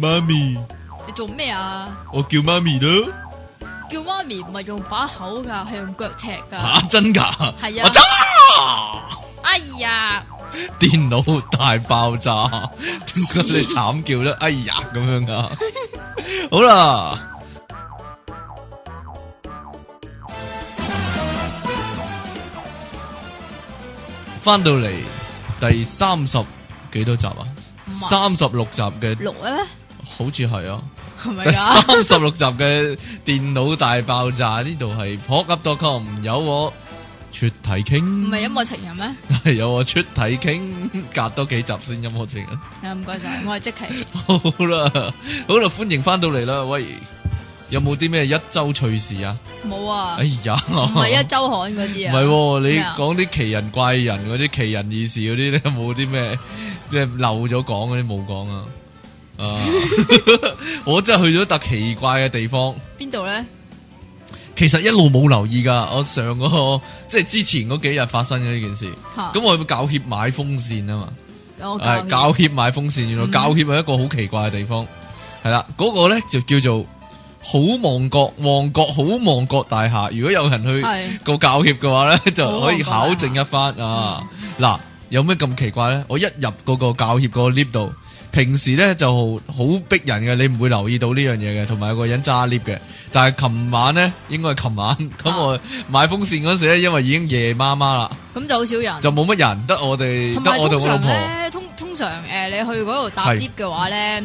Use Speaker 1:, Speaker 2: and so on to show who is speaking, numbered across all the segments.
Speaker 1: 媽咪，
Speaker 2: 你做咩啊？
Speaker 1: 我叫媽咪咯。
Speaker 2: 叫媽咪唔係用把口噶，係用腳踢
Speaker 1: 吓、
Speaker 2: 噶。
Speaker 1: 真噶？
Speaker 2: 係啊
Speaker 1: 我揸
Speaker 2: 哎呀，
Speaker 1: 電腦大爆炸，點解你慘叫咧？哎呀，咁樣噶。好啦，翻到嚟第三十幾多集啊？
Speaker 2: 唔係
Speaker 1: 三十六集嘅，
Speaker 2: 六啊咩？
Speaker 1: 好似係啊。
Speaker 2: 係咪
Speaker 1: 第
Speaker 2: 啊？
Speaker 1: 三十六集嘅電腦大爆炸呢度係 p o d c o m 有我出體
Speaker 2: 唔
Speaker 1: 傾，
Speaker 2: 係音啊樂情 人咩？
Speaker 1: 係有我出體傾，隔多幾集先音樂情人。
Speaker 2: 啊唔該晒，我係即奇。
Speaker 1: 好啦，好啦，歡迎翻到嚟啦，喂，有冇啲咩一周趣事啊？
Speaker 2: 冇啊
Speaker 1: 哎，呀，
Speaker 2: 唔
Speaker 1: 唔
Speaker 2: 係一周刊嗰
Speaker 1: 唔
Speaker 2: 啲啊。
Speaker 1: 係喎，你
Speaker 2: 咩啊
Speaker 1: 講啲奇人怪人嗰啲奇人異事嗰啲 咧，有冇啲咩即係漏咗講嗰啲冇講啊？ 啊， 我真係去咗笪奇怪嘅地方。
Speaker 2: 邊度咧？
Speaker 1: 其實一路冇留意噶，我上嗰個即係之前嗰幾日發生嘅呢件事。
Speaker 2: 吓
Speaker 1: 咁我去教協買風扇啊嘛，係
Speaker 2: 我教
Speaker 1: 教協買風扇，原來
Speaker 2: 嗯
Speaker 1: 教協係一個好奇怪嘅地方。係啦，嗰個咧就叫做好望角旺角好望角大廈。如果有人去
Speaker 2: 係
Speaker 1: 個教協嘅話咧， 就可以
Speaker 2: 好望
Speaker 1: 考
Speaker 2: 角大廈
Speaker 1: 證一番啊。嗱，有咩咁奇怪咧？我一入嗰個教協個 lift 度。平時咧就好逼人嘅，你唔會留意到呢樣嘢嘅，同埋有個人揸 lift 嘅。但係琴晚咧，應該係琴晚， 咁
Speaker 2: 啊
Speaker 1: 我買風扇嗰時咧，因為已經夜媽媽啦，
Speaker 2: 咁就好少人。
Speaker 1: 就冇乜人，得我哋，
Speaker 2: 同
Speaker 1: 得
Speaker 2: 埋
Speaker 1: 我
Speaker 2: 通
Speaker 1: 同我老
Speaker 2: 常
Speaker 1: 婆。
Speaker 2: 咧，通通常誒，你去嗰度搭
Speaker 1: 係
Speaker 2: lift 嘅話咧，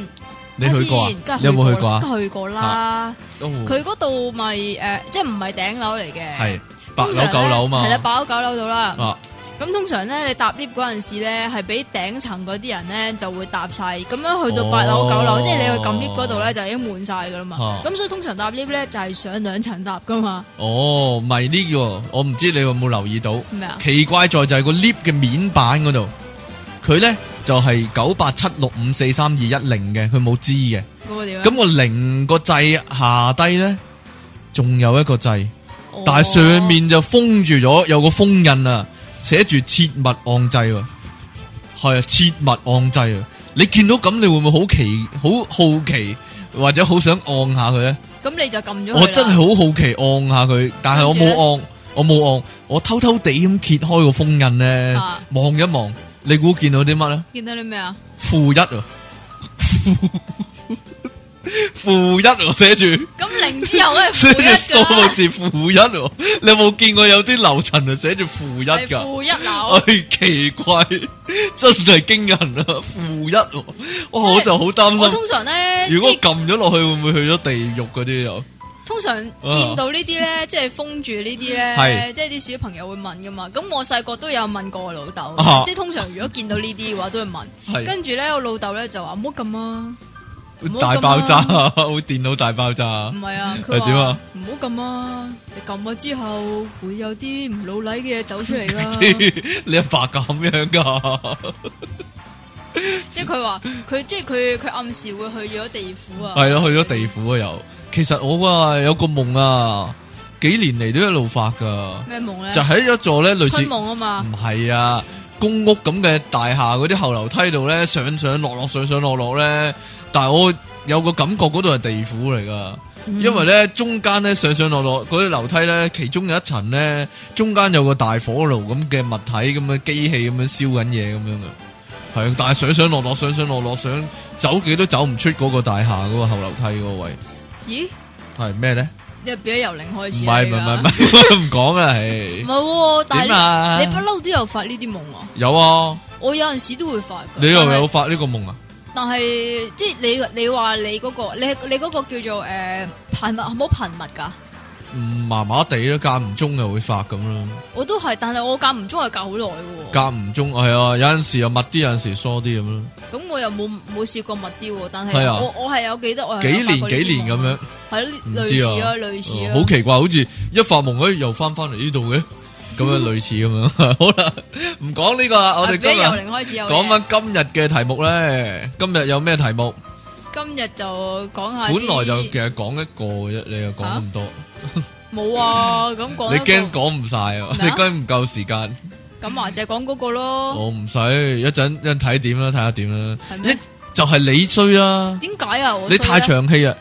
Speaker 1: 你去過啊
Speaker 2: 睇下？
Speaker 1: 你
Speaker 2: 先
Speaker 1: 有
Speaker 2: 梗係
Speaker 1: 冇去過啊
Speaker 2: 梗？係去過啦。
Speaker 1: 哦
Speaker 2: 佢嗰度咪誒，即係唔係頂樓嚟嘅？
Speaker 1: 係八樓九樓嘛
Speaker 2: 係。啦，八樓九樓度啦。
Speaker 1: 啊，
Speaker 2: 咁通常咧，你搭 lift 嗰陣時咧，係俾頂層嗰啲人咧就會搭晒，咁樣去到八樓
Speaker 1: 哦
Speaker 2: 九樓，即係你去撳 lift 嗰度咧就已經滿晒噶啦嘛
Speaker 1: 啊。
Speaker 2: 咁所以通常搭 lift 咧就係上兩層搭噶嘛，
Speaker 1: 哦，唔係呢個，我唔知你有冇留意到。
Speaker 2: 係咪啊？
Speaker 1: 奇怪在就係個 lift 嘅面板嗰度，佢咧就係九八七六五四三二一零嘅，佢冇知嘅。
Speaker 2: 嗰個點啊？
Speaker 1: 咁我零個掣下低咧，仲有一個掣，
Speaker 2: 哦
Speaker 1: 但係上面就封住咗，有個封印啊，寫住切勿按掣喎。係啊，切勿按掣啊！你見到咁，你會唔會好奇、好好奇或者好想按下佢咧？
Speaker 2: 咁你就撳咗佢啦
Speaker 1: 我真係好好奇按下佢，但係我
Speaker 2: 跟住呢
Speaker 1: 冇按，我冇按，我偷偷地咁揭開個封印咧
Speaker 2: 啊，
Speaker 1: 望一望，你估見到啲乜咧？
Speaker 2: 見到你咩啊？
Speaker 1: 負一啊，負負一我寫住。
Speaker 2: 咁零 之後咧
Speaker 1: 寫
Speaker 2: 負
Speaker 1: 住
Speaker 2: 一
Speaker 1: 數
Speaker 2: 噶
Speaker 1: 目
Speaker 2: 啦，
Speaker 1: 字負一喎，你有冇見過有啲樓層啊寫住負一
Speaker 2: 係
Speaker 1: 噶？
Speaker 2: 負一樓
Speaker 1: 唉，奇怪，真係驚人啊！負一喎，哇，我就好
Speaker 2: 我
Speaker 1: 擔心，
Speaker 2: 通常咧，
Speaker 1: 如果
Speaker 2: 即係
Speaker 1: 撳咗落去會唔會去咗地獄嗰啲又？
Speaker 2: 通常見到呢啲 咧，即係封住呢啲
Speaker 1: 啊係
Speaker 2: 咧，即係啲小朋友會問噶嘛。咁我細個都有問過我老豆
Speaker 1: 啊，
Speaker 2: 即係通常如果見到呢啲嘅話，都會問。
Speaker 1: 係
Speaker 2: 跟住咧，我老豆咧就話唔好撳啊，唔好
Speaker 1: 大爆
Speaker 2: 咁
Speaker 1: 炸
Speaker 2: 啊
Speaker 1: 啊，會電腦大爆炸啊
Speaker 2: 唔！係啊，
Speaker 1: 係
Speaker 2: 佢
Speaker 1: 點
Speaker 2: 話
Speaker 1: 啊
Speaker 2: 唔好撳啊，你撳咗之後會有啲唔老禮嘅嘢走出 嚟噶。
Speaker 1: 你阿爸咁樣 噶，
Speaker 2: 即係佢話佢即係佢佢暗示會去咗地府啊。
Speaker 1: 係咯，去咗地府啊又。其實我啊有個夢啊，幾年嚟都一路發噶，
Speaker 2: 咩夢咧？
Speaker 1: 就喺一座咧類似
Speaker 2: 春。夢啊嘛，
Speaker 1: 唔係啊，公屋咁嘅大廈嗰啲後樓梯度咧，上上落落，上上落落咧。但係我有個感覺，嗰度係地府嚟噶，因為咧中間咧上上落落嗰啲樓梯咧，其中有一層咧，中間有個大火爐咁嘅物體咁嘅機器咁樣燒緊嘢咁樣嘅。係啊，但係上上落落，上上落落，上走幾都走唔出嗰個大廈嗰個後樓梯嗰個位，
Speaker 2: 咦？
Speaker 1: 係咩咧？
Speaker 2: 你係變咗由零開
Speaker 1: 嗯唔
Speaker 2: 始啊？
Speaker 1: 係唔係唔係唔係唔講啦，
Speaker 2: 唔
Speaker 1: 係
Speaker 2: 係喎，但
Speaker 1: 點
Speaker 2: 係
Speaker 1: 啊
Speaker 2: 你？不嬲都有發呢啲夢啊！
Speaker 1: 有啊，
Speaker 2: 我有陣時都會發㗎。
Speaker 1: 你又
Speaker 2: 但係
Speaker 1: 有發呢個夢啊？
Speaker 2: 但係即係你你話你嗰個你你嗰個叫做誒頻密，好頻密㗎。
Speaker 1: 唔麻麻地咯，間唔中又會發咁咯，
Speaker 2: 我都係，但係我間唔中係隔好耐嘅喎。
Speaker 1: 間唔中係啊，有陣時又密啲，有陣時疏啲咁咯，
Speaker 2: 咁我又冇冇試過密啲喎，但係
Speaker 1: 係啊
Speaker 2: 我我係有記得我
Speaker 1: 幾年幾年咁樣，
Speaker 2: 係咯，
Speaker 1: 唔
Speaker 2: 類
Speaker 1: 知
Speaker 2: 似
Speaker 1: 啊
Speaker 2: 啊，類似
Speaker 1: 哦
Speaker 2: 啊，
Speaker 1: 好奇怪，好似一發夢誒又翻翻嚟呢度嘅，咁
Speaker 2: 嗯
Speaker 1: 樣類似咁樣。 好啦，唔講呢個啦，我哋
Speaker 2: 係變咗由
Speaker 1: 今日
Speaker 2: 零開始有嘢
Speaker 1: 講翻今日嘅題目咧，今日有咩題目？
Speaker 2: 今日就講下
Speaker 1: 本
Speaker 2: 啲。
Speaker 1: 來就其實講一個嘅啫，你又講
Speaker 2: 啊
Speaker 1: 咁多，
Speaker 2: 冇啊，咁講
Speaker 1: 你
Speaker 2: 一個
Speaker 1: 驚講唔晒啊？你
Speaker 2: 咩啊哦
Speaker 1: 驚唔夠時間？
Speaker 2: 咁或者講嗰個咯，
Speaker 1: 我唔使，一陣一陣睇點啦，睇下點啦
Speaker 2: 係。
Speaker 1: 一
Speaker 2: 咩
Speaker 1: 就係你衰啦，
Speaker 2: 点解啊？我
Speaker 1: 你
Speaker 2: 衰
Speaker 1: 太
Speaker 2: 咧
Speaker 1: 長氣啊！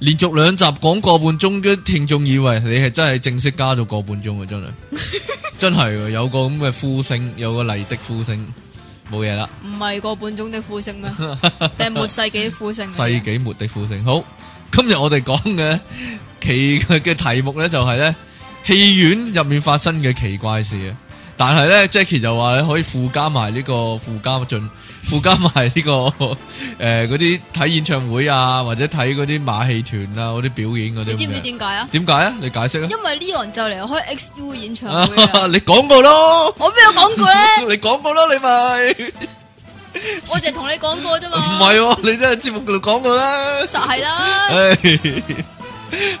Speaker 1: 連續兩集講個半鐘，啲聽眾以為你係真係正式加咗個半鐘啊！真係，真係喎有個咁嘅呼聲，有個麗的呼聲，冇嘢啦。
Speaker 2: 唔系个半钟的呼聲咩？定係末世紀的呼聲 嚟
Speaker 1: 世
Speaker 2: 嘅？
Speaker 1: 紀末的呼聲。好，今日我哋講嘅奇嘅題目咧就係咧戲院入面發生嘅奇怪事啊！但係咧，Jackie 就話咧可以附加埋呢、個附加進， 附加埋呢、個 诶嗰啲睇演唱會啊，或者睇嗰啲馬戲團啊，嗰啲表演嗰
Speaker 2: 你
Speaker 1: 啲
Speaker 2: 知唔
Speaker 1: 咁
Speaker 2: 知
Speaker 1: 嘅。
Speaker 2: 點解啊？
Speaker 1: 點解啊？你解釋啊！
Speaker 2: 因為 Leon 就嚟開 XU 演唱會啊！
Speaker 1: 你講過 咯，
Speaker 2: 我邊有講過咧？
Speaker 1: 你講過啦，你咪
Speaker 2: 我淨係同你講過啫嘛。
Speaker 1: 唔係哎喎，你真係節目度講過啦。
Speaker 2: 實係啦。
Speaker 1: 唉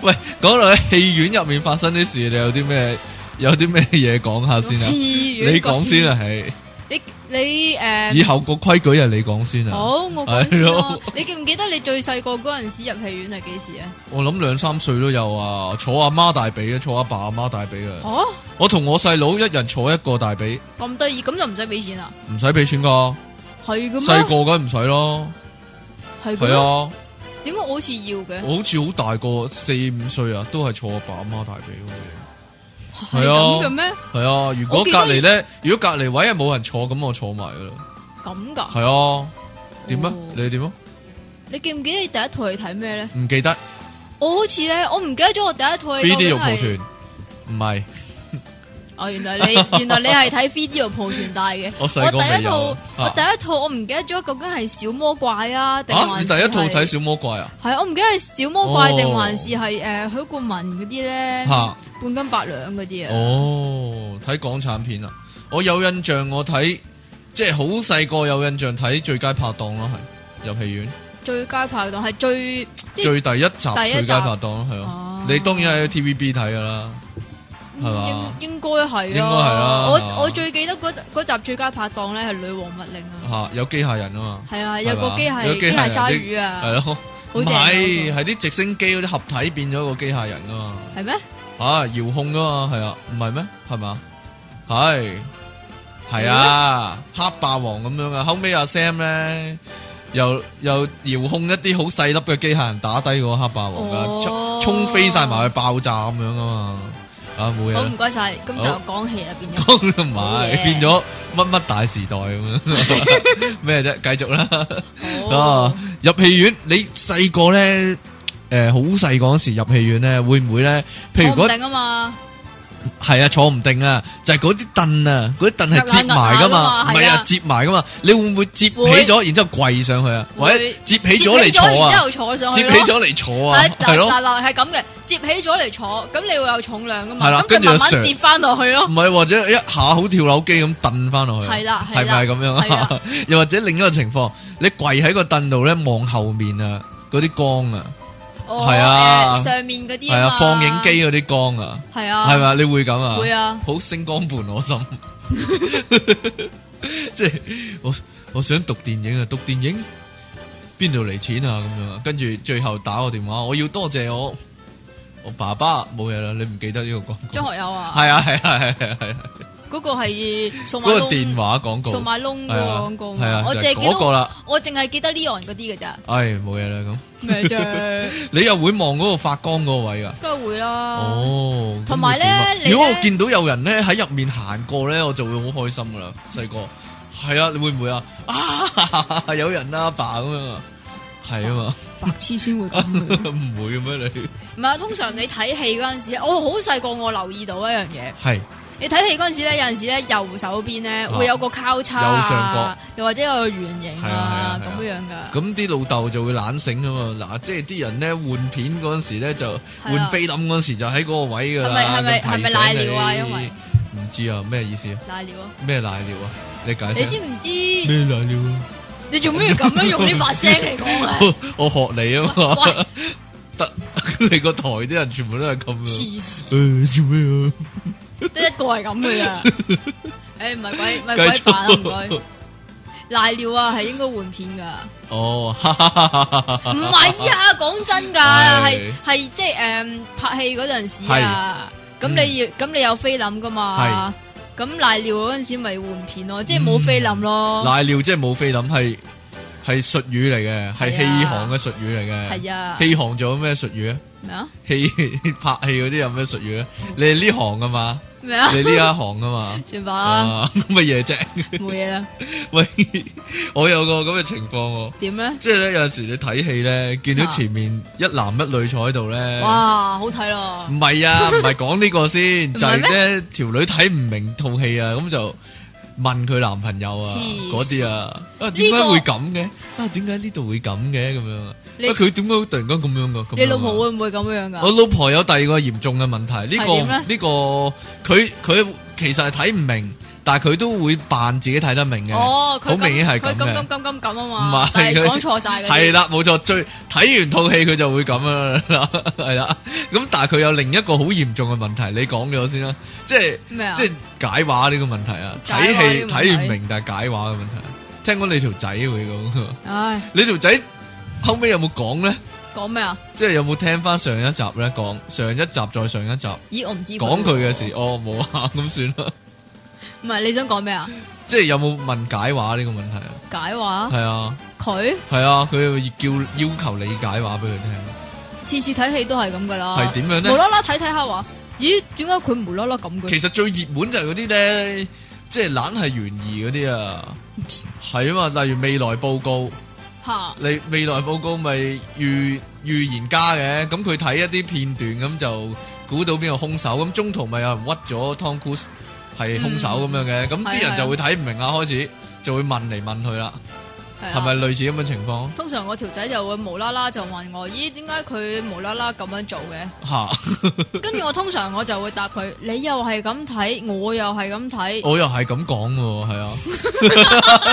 Speaker 1: 喂，讲到喺戲院入面發生啲事，你有啲咩有啲咩嘢講下先啊？
Speaker 2: 戲院
Speaker 1: 你講先啊，係
Speaker 2: 你你
Speaker 1: 以
Speaker 2: 誒
Speaker 1: 後個規矩係你講先啊。
Speaker 2: 好，我講先
Speaker 1: 係
Speaker 2: 啦
Speaker 1: 咯。
Speaker 2: 你記唔記得你最細個嗰陣時入戲院係幾時啊？
Speaker 1: 我諗兩三歲都有啊，坐阿媽大髀啊，坐阿爸阿媽大髀啊。
Speaker 2: 哦，
Speaker 1: 我同我細佬一人坐一個大髀，
Speaker 2: 咁得意，咁就唔使俾錢啦。
Speaker 1: 唔使俾錢噶。
Speaker 2: 係咁
Speaker 1: 細
Speaker 2: 咩？
Speaker 1: 個梗係唔使咯，係
Speaker 2: 係咁啊？
Speaker 1: 啊，
Speaker 2: 點解我好似要嘅？
Speaker 1: 我好似好大個四五歲啊，都係坐阿爸阿媽大髀嗰啲。
Speaker 2: 係啊咁嘅咩？
Speaker 1: 係啊，如果隔
Speaker 2: 我記得
Speaker 1: 離咧，如果隔離位係冇人坐，咁我坐埋噶啦。
Speaker 2: 咁㗎？
Speaker 1: 係啊，點啊
Speaker 2: 哦？
Speaker 1: 你點啊？
Speaker 2: 你記唔記得你第一套戲睇咩咧？
Speaker 1: 唔記得
Speaker 2: 我好似咧，我唔記得咗我第一套戲
Speaker 1: three D
Speaker 2: 究竟
Speaker 1: 肉蒲
Speaker 2: 係
Speaker 1: 團。唔係，
Speaker 2: 哦，原來你原來你係睇 v i d e 蒲團大嘅。
Speaker 1: 我細
Speaker 2: 我
Speaker 1: 個
Speaker 2: 第
Speaker 1: 未
Speaker 2: 一
Speaker 1: 有
Speaker 2: 套
Speaker 1: 啊。
Speaker 2: 我
Speaker 1: 啊
Speaker 2: 第一套我唔記得咗究竟係小魔怪啊，定
Speaker 1: 啊！
Speaker 2: 還
Speaker 1: 你
Speaker 2: 是
Speaker 1: 第一套睇
Speaker 2: 係
Speaker 1: 小魔怪啊？
Speaker 2: 係我唔記得係小魔怪
Speaker 1: 哦
Speaker 2: 定還是係誒許冠文嗰啲咧，
Speaker 1: 吓
Speaker 2: 半斤八兩嗰啲啊。
Speaker 1: 哦，睇港產片啊！我有印象，我睇即係好細個有印象睇《最佳拍檔》咯，係入戲院
Speaker 2: 最佳拍檔係最即係
Speaker 1: 最第一集
Speaker 2: 第
Speaker 1: 《
Speaker 2: 一集
Speaker 1: 最佳拍檔》咯，係啊！
Speaker 2: 哦嗯
Speaker 1: 你當然喺 TVB 睇噶啦，係嘛
Speaker 2: 應應該係啊
Speaker 1: 應該係啊啦
Speaker 2: 我我最記得嗰嗰集最佳拍檔咧係女王密令啊，
Speaker 1: 吓有機械人啊嘛，
Speaker 2: 係啊，有個機
Speaker 1: 係嘛有
Speaker 2: 械
Speaker 1: 機
Speaker 2: 機械鯊
Speaker 1: 人啲
Speaker 2: 魚啊，
Speaker 1: 係咯，
Speaker 2: 好
Speaker 1: 唔
Speaker 2: 正啊
Speaker 1: 係
Speaker 2: 嗰
Speaker 1: 係啲直升機嗰啲合體變咗個機械人啊嘛。
Speaker 2: 個係咩？
Speaker 1: 啊，遥控噶嘛，係啊，唔係咩？係嘛？係係啊，黑霸王咁樣啊。後尾阿 Sam 咧，又又遙控一啲好細粒嘅機械人打低個黑霸王噶，
Speaker 2: 哦
Speaker 1: 衝衝飛晒埋去爆炸咁樣噶嘛。啊，冇嘢
Speaker 2: 好
Speaker 1: 啦
Speaker 2: 唔，該晒，咁就講戲入 邊嘅。
Speaker 1: 唔
Speaker 2: 好
Speaker 1: 係
Speaker 2: 嘢
Speaker 1: 變咗乜乜大時代 咁樣咩啫？繼續啦。 啊
Speaker 2: 哦，！
Speaker 1: 入戲院，你細個咧，诶，好細個嗰時入戲院咧，會唔會咧？譬如
Speaker 2: 我
Speaker 1: 嗰
Speaker 2: 唔定啊嘛，
Speaker 1: 系啊，坐唔定啊，就係嗰啲凳啊，嗰啲凳係折埋噶嘛，唔係
Speaker 2: 夾硬夾硬㗎嘛係
Speaker 1: 啊
Speaker 2: 啊，
Speaker 1: 折埋噶嘛，你會唔會折起咗，然之后跪上去啊，
Speaker 2: 會
Speaker 1: 或者折起咗嚟
Speaker 2: 摺起
Speaker 1: 坐
Speaker 2: 然之
Speaker 1: 啊，
Speaker 2: 後坐上
Speaker 1: 折
Speaker 2: 去
Speaker 1: 起
Speaker 2: 咯。
Speaker 1: 咗嚟坐啊
Speaker 2: 係，
Speaker 1: 係
Speaker 2: 嗱
Speaker 1: 咯，
Speaker 2: 嗱嗱係咁嘅，摺起咗嚟坐，咁你會有重量噶
Speaker 1: 係啦
Speaker 2: 嘛，咁
Speaker 1: 跟住
Speaker 2: 就慢慢
Speaker 1: 就
Speaker 2: 摺翻落 去咯
Speaker 1: 唔。係或者一下好跳樓機咁蹬翻落去啊，
Speaker 2: 係啦
Speaker 1: 係
Speaker 2: 係啦
Speaker 1: 咪咁樣
Speaker 2: 係
Speaker 1: 啊
Speaker 2: 啦？
Speaker 1: 又或者另一個情況，你跪喺個凳度咧望後面啊，嗰啲光啊，
Speaker 2: 哦
Speaker 1: 係啊
Speaker 2: 誒上面嗰啲
Speaker 1: 係啊，
Speaker 2: 嘛
Speaker 1: 放映機嗰啲光啊，
Speaker 2: 係啊，
Speaker 1: 係咪啊？你會咁啊？
Speaker 2: 會啊，
Speaker 1: 好星光伴我心， 即系我我想读电影啊，读电影边度嚟钱啊咁样啊，跟住最后打我电话，我要多谢我我爸爸冇嘢啦，你唔记得呢个广告？
Speaker 2: 張學友啊，
Speaker 1: 系啊系啊系啊系啊，係啊
Speaker 2: 嗰個係數
Speaker 1: 嗰
Speaker 2: 碼
Speaker 1: 個
Speaker 2: 窿
Speaker 1: 電，話廣告
Speaker 2: 數碼窿
Speaker 1: 係啊
Speaker 2: 個廣告
Speaker 1: 係啊
Speaker 2: 嘛，，我
Speaker 1: 就
Speaker 2: 淨
Speaker 1: 係
Speaker 2: 係記
Speaker 1: 嗰個
Speaker 2: 得
Speaker 1: 啦，
Speaker 2: 我淨係記得 Leon 嗰啲嘅咋，
Speaker 1: 唉冇嘢啦咁，
Speaker 2: 咩啫，
Speaker 1: 你又會望嗰個發光嗰個位噶？
Speaker 2: 梗係會啦。
Speaker 1: 哦，
Speaker 2: 同埋呢
Speaker 1: 咁會點啊
Speaker 2: 你呢
Speaker 1: 如果我見到有人咧喺入面行過咧，我就會好開心噶啦，細個係啊，你會唔會啊？啊， 有人啦，阿爸咁樣啊，係啊嘛，
Speaker 2: 白痴先會咁嘅。
Speaker 1: 唔會嘅咩你？
Speaker 2: 唔係啊，通常你睇戲嗰陣時，我好細個，我留意到一樣嘢。
Speaker 1: 係
Speaker 2: 你睇戲嗰陣時咧，有陣時咧右手邊咧
Speaker 1: 啊
Speaker 2: 會有個交叉
Speaker 1: 右上角
Speaker 2: 啊，又或者有個圓形
Speaker 1: 係啊
Speaker 2: 啊
Speaker 1: 係啊係啊
Speaker 2: 咁樣噶。
Speaker 1: 咁啲老豆就會懶醒啊嘛，嗱，即係啲人咧換片嗰陣時咧就
Speaker 2: 係啊
Speaker 1: 換菲林嗰陣時就喺嗰個位噶啦，
Speaker 2: 係咪係咪
Speaker 1: 咁提醒
Speaker 2: 係咪瀨尿啊
Speaker 1: 你
Speaker 2: 因為
Speaker 1: 唔知啊，咩意思啊？
Speaker 2: 瀨尿啊！
Speaker 1: 咩瀨尿啊？你解釋
Speaker 2: 你知唔知？
Speaker 1: 咩瀨尿 啊？
Speaker 2: 你做咩要咁樣用呢把聲嚟 講啊？
Speaker 1: 我學你啊嘛
Speaker 2: 喂，
Speaker 1: 得你個台啲人全部都係咁樣。
Speaker 2: 黐線，
Speaker 1: 誒做咩啊
Speaker 2: 得一個係咁嘅咋？ 誒唔係鬼唔係
Speaker 1: 啊？
Speaker 2: 鬼
Speaker 1: 繼
Speaker 2: 煩啊！唔該
Speaker 1: 續。。
Speaker 2: 瀨尿啊，係應該換片噶。
Speaker 1: 哦，哈哈哈哈哈哈
Speaker 2: 唔係啊，講真㗎，
Speaker 1: 係
Speaker 2: 係係即係誒拍戲嗰陣時啊，
Speaker 1: 係嗯
Speaker 2: 咁你要咁你有菲林㗎嘛？
Speaker 1: 嗯
Speaker 2: 咁瀨尿嗰陣時咪換片咯，即係冇菲林咯。
Speaker 1: 瀨尿即係冇菲林，係系术语嚟嘅，系
Speaker 2: 係啊
Speaker 1: 戏行嘅术语嚟嘅。
Speaker 2: 係啊
Speaker 1: 戏行仲有咩术语啊？
Speaker 2: 咩啊
Speaker 1: 戏 拍戏嗰啲有咩术语咧？你係呢行噶嘛？
Speaker 2: 咩啊，
Speaker 1: 你呢一行噶 嘛？
Speaker 2: 算吧啦，
Speaker 1: 啊，乜嘢啫？
Speaker 2: 冇嘢啦。
Speaker 1: 喂，我有個咁嘅情況喎，
Speaker 2: 點咧？
Speaker 1: 即係咧有阵时你睇戲咧，見到前面一男一女坐喺度咧，
Speaker 2: 啊哇，好睇咯
Speaker 1: 唔！係啊， 唔係講呢個先，
Speaker 2: 唔係咩
Speaker 1: 就係咧條女睇唔明套戲啊，咁就問佢男朋友啊
Speaker 2: 黐線
Speaker 1: 嗰啲啊，啊點解
Speaker 2: 呢個
Speaker 1: 會咁嘅？啊點解呢度會咁嘅？咁樣啊，
Speaker 2: 你
Speaker 1: 啊佢點解突然間咁樣噶？咁樣啊
Speaker 2: 你老婆會唔會咁樣噶
Speaker 1: 我？老婆有第二個嚴重嘅問題，呢、個
Speaker 2: 係點呢
Speaker 1: 呢、個佢佢其實係睇唔明，但係佢都會扮自己睇得明嘅。
Speaker 2: 哦，佢
Speaker 1: 好明顯係
Speaker 2: 咁
Speaker 1: 咁
Speaker 2: 佢
Speaker 1: 嘅
Speaker 2: 咁咁咁咁咁啊
Speaker 1: 唔
Speaker 2: 嘛
Speaker 1: 係，
Speaker 2: 但係
Speaker 1: 佢
Speaker 2: 講錯晒嘅。
Speaker 1: 系，啦，冇錯，最睇完套戲佢就會咁樣啦， 係啦。咁但係佢有另一個好嚴重嘅問題，你講咗先啦，即係
Speaker 2: 咩啊？
Speaker 1: 即系解話呢個問題啊，
Speaker 2: 解
Speaker 1: 睇
Speaker 2: 畫呢
Speaker 1: 戲
Speaker 2: 個問題
Speaker 1: 睇唔明但係解話嘅問題。啊聽講你條仔會咁，啊
Speaker 2: 唉，
Speaker 1: 你條仔後尾有冇講咧？
Speaker 2: 講咩啊？
Speaker 1: 即係有冇聽翻上一集咧？講上一集再上一集，
Speaker 2: 咦，我唔知
Speaker 1: 講佢嘅事，。哦冇啊，咁算啦。
Speaker 2: 唔係你想講咩啊？
Speaker 1: 即係有冇問解話呢個問題啊？
Speaker 2: 解話
Speaker 1: 係啊，
Speaker 2: 佢
Speaker 1: 係啊，佢會叫要求你解話俾佢聽。
Speaker 2: 次次睇戲都係咁噶啦。
Speaker 1: 係點樣呢
Speaker 2: 無啦啦睇睇下話，咦？點解佢無啦啦咁嘅？
Speaker 1: 其實最熱門就係嗰啲咧，即係懶係懸疑嗰啲啊，係啊嘛。例如未來報告，
Speaker 2: 吓，
Speaker 1: 你未來報告咪預預言家嘅，咁佢睇一啲片段咁就估到邊個兇手，咁中途咪有人屈咗 Tom Cruise 係兇手咁樣嘅，咁啲、
Speaker 2: 係
Speaker 1: 人
Speaker 2: 啊
Speaker 1: 就會睇唔明啦，開始就會問嚟問去啦，
Speaker 2: 係
Speaker 1: 係
Speaker 2: 啊
Speaker 1: 咪？類似咁嘅情況？
Speaker 2: 通常我條仔就會無啦啦就問我，咦？點解佢無啦啦咁樣做嘅？
Speaker 1: 吓，
Speaker 2: 跟住我通常我就會答佢，你又係咁睇，我又係咁睇，
Speaker 1: 我又係咁講喎，係啊，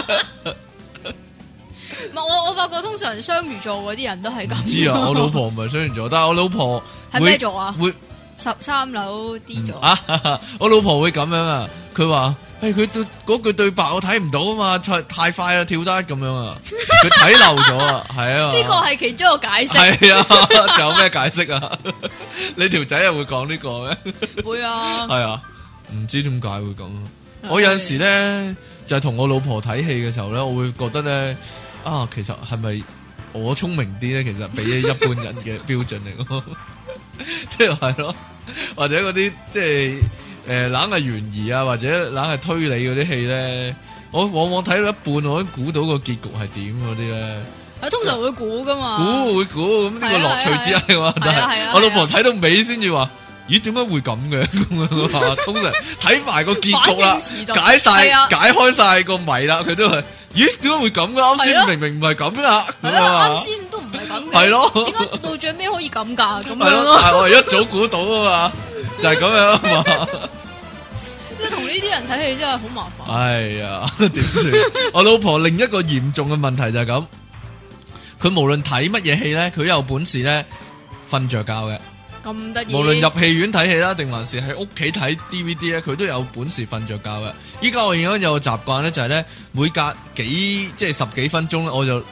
Speaker 2: 唔係我我發覺通常雙魚座嗰啲人都係咁。
Speaker 1: 唔知啊，我老婆唔係雙魚座，但係我老婆
Speaker 2: 係咩座啊？
Speaker 1: 會。
Speaker 2: 十三樓 D 座。
Speaker 1: 啊！ 我老婆會咁樣啊，佢話：，诶、佢對嗰句對白我睇唔到啊嘛，太太快啦，跳得咁樣啊，佢睇漏咗啊， 係啊嘛，
Speaker 2: 呢個係其中一個解釋，
Speaker 1: 係啊， 仲有咩解釋啊？你條仔又會講呢個咩？
Speaker 2: 會啊。
Speaker 1: 係啊，唔知點解會咁啊。 我有阵时咧，就係同我老婆睇戲嘅時候咧，我會覺得咧，啊，其實係咪我聰明啲咧？其實比起一般人嘅標準嚟講， 即係係咯，或者嗰啲即係诶，冷係懸疑啊，或者冷係推理嗰啲戲咧，我往往睇到一半，我已經估到個結局係點嗰啲咧，
Speaker 2: 我通常會估噶嘛。
Speaker 1: 估會估，咁呢個
Speaker 2: 係啊
Speaker 1: 樂趣之一嘛。
Speaker 2: 係啊
Speaker 1: 但
Speaker 2: 係啊
Speaker 1: 係我老婆睇到尾先至話。咦？點解會咁嘅？咁樣啊通常睇埋個結局啦
Speaker 2: 反應，時代
Speaker 1: 解晒
Speaker 2: 係啊
Speaker 1: 解開晒個謎啦，佢都係，咦？點解會咁嘅？啱
Speaker 2: 係
Speaker 1: 先
Speaker 2: 咯
Speaker 1: 明明唔係咁啦，
Speaker 2: 係
Speaker 1: 咁
Speaker 2: 啊，
Speaker 1: 啊
Speaker 2: 啱，先都唔係咁嘅。
Speaker 1: 係咯
Speaker 2: 點解到最尾可以咁㗎？咁
Speaker 1: 係
Speaker 2: 樣
Speaker 1: 咯，
Speaker 2: 咯，
Speaker 1: 但係我係一早估到啊嘛，就係咁樣啊嘛，
Speaker 2: 即係同呢啲人睇戲真係好麻煩。
Speaker 1: 哎呀，點算？我老婆另一個嚴重嘅問題就係咁，佢無論睇乜嘢戲咧，佢有本事咧瞓着覺嘅，
Speaker 2: 咁得意。
Speaker 1: 無論入戲院睇戲啦，定還是喺屋企睇 DVD 咧，啊佢都有本事瞓着覺嘅。依家我而家有個習慣咧，就係咧每隔幾即係十幾分鐘咧，我就。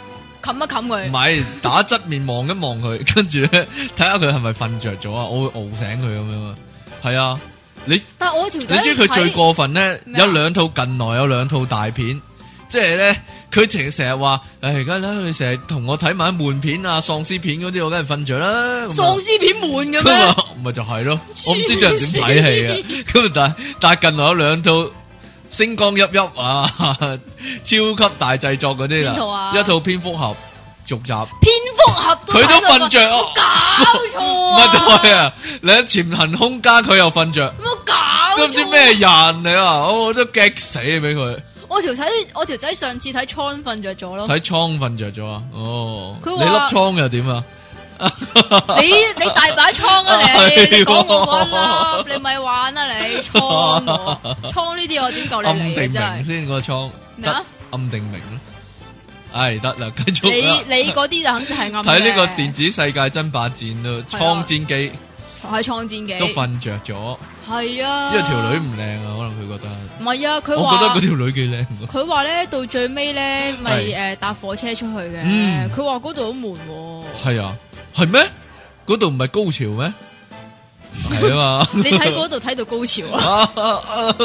Speaker 2: 冚一冚
Speaker 1: 唔
Speaker 2: 佢，
Speaker 1: 係打側面望一望佢，跟住咧睇下佢係咪瞓着咗啊！我會熬醒佢咁樣啊，係啊！你你
Speaker 2: 但係我條仔
Speaker 1: 知佢最過分咧，
Speaker 2: 咩啊
Speaker 1: 有兩套近來有兩套大片，即係咧佢成成日話：，唉而家咧你成日同我睇埋悶片啊、喪屍片嗰啲，我梗係瞓着啦。咁
Speaker 2: 喪
Speaker 1: 啊
Speaker 2: 屍片悶嘅
Speaker 1: 咁
Speaker 2: 咩？
Speaker 1: 啊，咪就係咯，我唔知啲人點睇戲 啊。咁啊但係但係近來有兩套《星光熠熠》啊， 超級大製作嗰啲
Speaker 2: 邊套啊
Speaker 1: 啦，一套蝙蝠俠續集。
Speaker 2: 蝙蝠俠
Speaker 1: 佢都
Speaker 2: 睇
Speaker 1: 瞓
Speaker 2: 到
Speaker 1: 着啊
Speaker 2: 我 搞錯
Speaker 1: 乜都係
Speaker 2: 啊！
Speaker 1: 啊！你喺潛行空間，佢又瞓着，
Speaker 2: 有冇搞錯啊
Speaker 1: 都唔知咩人嚟啊！我都激死俾佢
Speaker 2: 我條仔我條仔上次睇 Tron 瞓着咗咯。
Speaker 1: 睇倉瞓着咗啊！哦，
Speaker 2: 佢
Speaker 1: 你
Speaker 2: 話
Speaker 1: 粒倉又點啊？
Speaker 2: 你你大把倉 啊你，
Speaker 1: 係喎
Speaker 2: 你講我嗰粒，你咪玩啊你倉我， 倉呢啲我點夠
Speaker 1: 暗
Speaker 2: 你嚟
Speaker 1: 定
Speaker 2: 嘅
Speaker 1: 明
Speaker 2: 真係？
Speaker 1: 先個倉
Speaker 2: 咩啊
Speaker 1: 得暗定明咯，唉得啦，繼
Speaker 2: 你
Speaker 1: 續啦。
Speaker 2: 你嗰啲就肯定係暗嘅
Speaker 1: 睇呢個電子世界爭霸戰咯，
Speaker 2: 係啊
Speaker 1: 倉戰機
Speaker 2: 係創戰記，
Speaker 1: 都瞓着咗，
Speaker 2: 係啊，
Speaker 1: 因為條女唔靚啊，可能佢覺得。
Speaker 2: 唔係啊，佢
Speaker 1: 我覺得
Speaker 2: 話
Speaker 1: 嗰條女幾靚啊喎。
Speaker 2: 佢話咧到最尾咧咪
Speaker 1: 係
Speaker 2: 誒搭火車出去嘅，
Speaker 1: 嗯
Speaker 2: 佢話嗰度好悶喎，
Speaker 1: 係啊，係咩？嗰度唔係高潮咩？係啊嘛。
Speaker 2: 你睇嗰度睇到高潮啊，
Speaker 1: 啊啊啊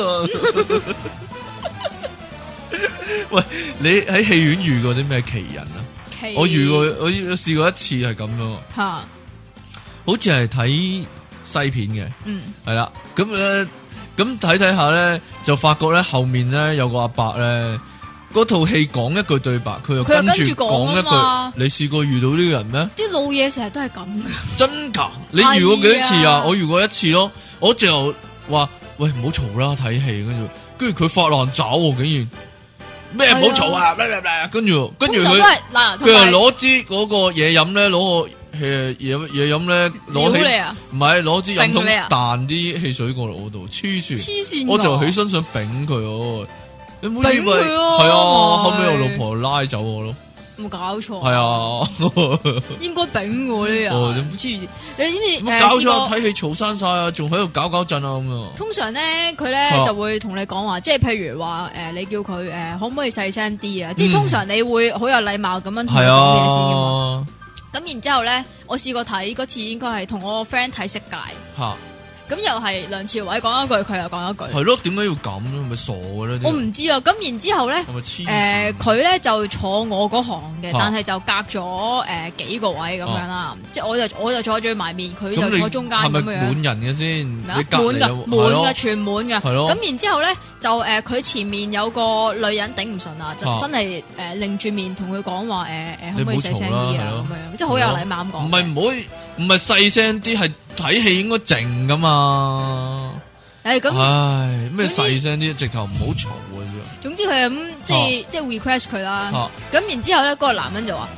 Speaker 1: 喂，你喺戲院遇過啲咩奇人啊？
Speaker 2: 奇
Speaker 1: 我遇過， 我試過一次係咁樣，
Speaker 2: 吓，
Speaker 1: 好似係睇西片嘅。
Speaker 2: 嗯
Speaker 1: 系啦，咁咧，咁睇睇下咧，就發覺咧後面咧有個阿伯咧，嗰套戲講一句對白，佢又
Speaker 2: 佢又
Speaker 1: 跟
Speaker 2: 跟
Speaker 1: 住
Speaker 2: 住
Speaker 1: 講
Speaker 2: 講
Speaker 1: 一
Speaker 2: 啊嘛
Speaker 1: 句。你試過遇到呢個人咩？
Speaker 2: 啲老嘢成日都係咁噶，
Speaker 1: 真噶？你遇過幾多次
Speaker 2: 係
Speaker 1: 啊？
Speaker 2: 啊
Speaker 1: 我遇過一次咯，我就話喂唔好嘈啦，睇戲跟住，跟住佢發爛爪喎，竟然咩唔好嘈啊？咩咩咩跟住跟住
Speaker 2: 通常
Speaker 1: 佢
Speaker 2: 都。係嗱，
Speaker 1: 佢又
Speaker 2: 同
Speaker 1: 攞支嗰個嘢飲咧，攞個誒嘢嘢飲咧，攞起
Speaker 2: 撩你啊
Speaker 1: 唔係攞支飲
Speaker 2: 揈
Speaker 1: 筒
Speaker 2: 你啊
Speaker 1: 彈啲汽水過嚟我度，黐
Speaker 2: 埋
Speaker 1: 線！
Speaker 2: 黐線㗎，
Speaker 1: 我就起身想丙佢喎，你唔好以為
Speaker 2: 揈佢咯
Speaker 1: 係啊，後
Speaker 2: 係
Speaker 1: 尾我老婆拉走我咯，
Speaker 2: 冇搞錯，
Speaker 1: 係啊，
Speaker 2: 應該丙我呢人
Speaker 1: 哦
Speaker 2: 黐線，你知唔知
Speaker 1: 咁啊
Speaker 2: 誒
Speaker 1: 搞
Speaker 2: 試
Speaker 1: 錯
Speaker 2: 過
Speaker 1: 睇戲嘈生晒啊，仲喺度搞搞震啊咁樣，
Speaker 2: 通常咧，佢咧、
Speaker 1: 啊
Speaker 2: 就會同你講話，即係譬如話誒、呃你叫佢誒、呃可唔可以細聲啲啊？
Speaker 1: 嗯
Speaker 2: 即係通常你會好有禮貌咁樣同佢
Speaker 1: 係
Speaker 2: 講嘢先噶嘛。
Speaker 1: 啊，
Speaker 2: 咁然之後咧，我試過睇嗰次應該係同我個 friend 睇《色戒》，
Speaker 1: 嚇
Speaker 2: 咁又係梁朝偉講一句，佢又講一句，
Speaker 1: 係咯，點解要咁咧？咪傻嘅咧？啲人
Speaker 2: 我唔知啊。咁然之後咧，
Speaker 1: 係咪黐
Speaker 2: 誒
Speaker 1: 線？
Speaker 2: 佢咧就坐我嗰行嘅，
Speaker 1: 啊
Speaker 2: 但係就隔咗誒幾個位咁樣啦。即係我就我就坐最埋面，佢
Speaker 1: 咁
Speaker 2: 就
Speaker 1: 你
Speaker 2: 坐中間
Speaker 1: 係
Speaker 2: 咁
Speaker 1: 咪
Speaker 2: 樣樣。
Speaker 1: 滿人嘅先？
Speaker 2: 咩啊
Speaker 1: 你
Speaker 2: 滿
Speaker 1: 隔離
Speaker 2: 嘅
Speaker 1: 有
Speaker 2: 滿
Speaker 1: 係咯
Speaker 2: 嘅全滿嘅，
Speaker 1: 係咯
Speaker 2: 咁然之後咧就誒佢前面有個女人頂唔順啦，就
Speaker 1: 啊
Speaker 2: 真係誒擰住面同佢講話誒誒可
Speaker 1: 你
Speaker 2: 唔
Speaker 1: 唔好
Speaker 2: 可以細聲啲
Speaker 1: 嘈啦係咯
Speaker 2: 啊咁樣，即係好有禮貌咁
Speaker 1: 唔係
Speaker 2: 講嘅。
Speaker 1: 唔好，唔係細聲啲，係睇戲應該靜噶嘛。
Speaker 2: 誒咁
Speaker 1: 唉，咩
Speaker 2: 總之
Speaker 1: 細聲啲，直頭唔好嘈啊！
Speaker 2: 總之佢係咁即係即係 request 佢啦。
Speaker 1: 嚇
Speaker 2: 咁然之後咧嗰個男人就話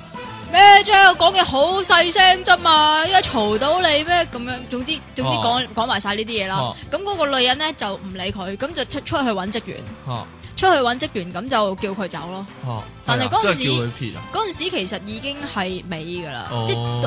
Speaker 2: 咩啫？我講嘢好細聲啫嘛，因為嘈到你咩咁樣。總之總之
Speaker 1: 啊
Speaker 2: 講講埋晒呢啲嘢啦
Speaker 1: 啊。
Speaker 2: 咁嗰個女人咧就唔理佢，咁就出出去揾職員，
Speaker 1: 嚇
Speaker 2: 出去揾職員咁就叫佢走咯。
Speaker 1: 嚇，
Speaker 2: 但係
Speaker 1: 係啊
Speaker 2: 嗰陣
Speaker 1: 真係
Speaker 2: 時
Speaker 1: 叫佢撇啊！
Speaker 2: 嗰陣時其實已經係尾噶啦，
Speaker 1: 哦
Speaker 2: 即係誒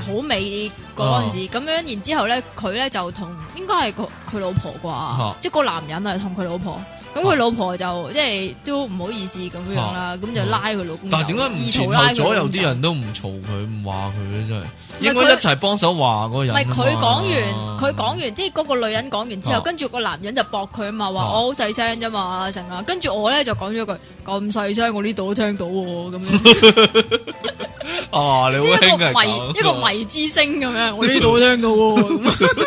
Speaker 2: 好尾嗰陣時，咁樣然之後咧，佢咧就同應該係佢佢老婆啩，
Speaker 1: 啊
Speaker 2: 即係個男人啊同佢老婆，咁
Speaker 1: 啊
Speaker 2: 佢老婆就即係都唔好意思咁樣啦，咁就拉佢老公走，
Speaker 1: 哦但係點解唔
Speaker 2: 嗯意
Speaker 1: 前
Speaker 2: 圖拉佢
Speaker 1: 後
Speaker 2: 老公走
Speaker 1: 左右啲？人都唔嘈佢，唔話佢咧？真係
Speaker 2: 係
Speaker 1: 應該
Speaker 2: 佢
Speaker 1: 一齊幫手話嗰個
Speaker 2: 唔
Speaker 1: 人啊
Speaker 2: 係
Speaker 1: 嘛。
Speaker 2: 佢講完，佢講完，即係嗰個女人講完之
Speaker 1: 啊
Speaker 2: 後，跟住個男人就駁佢啊嘛，話
Speaker 1: 啊
Speaker 2: 我好細聲啫嘛，成啊，跟住我咧就講咗句咁細聲，我呢度都聽到喎，咁 樣，
Speaker 1: 啊，你
Speaker 2: 即
Speaker 1: 好
Speaker 2: 係一
Speaker 1: 興
Speaker 2: 個
Speaker 1: 啊
Speaker 2: 迷
Speaker 1: 搞
Speaker 2: 一個迷之星咁樣，我呢度都聽到喎，咁樣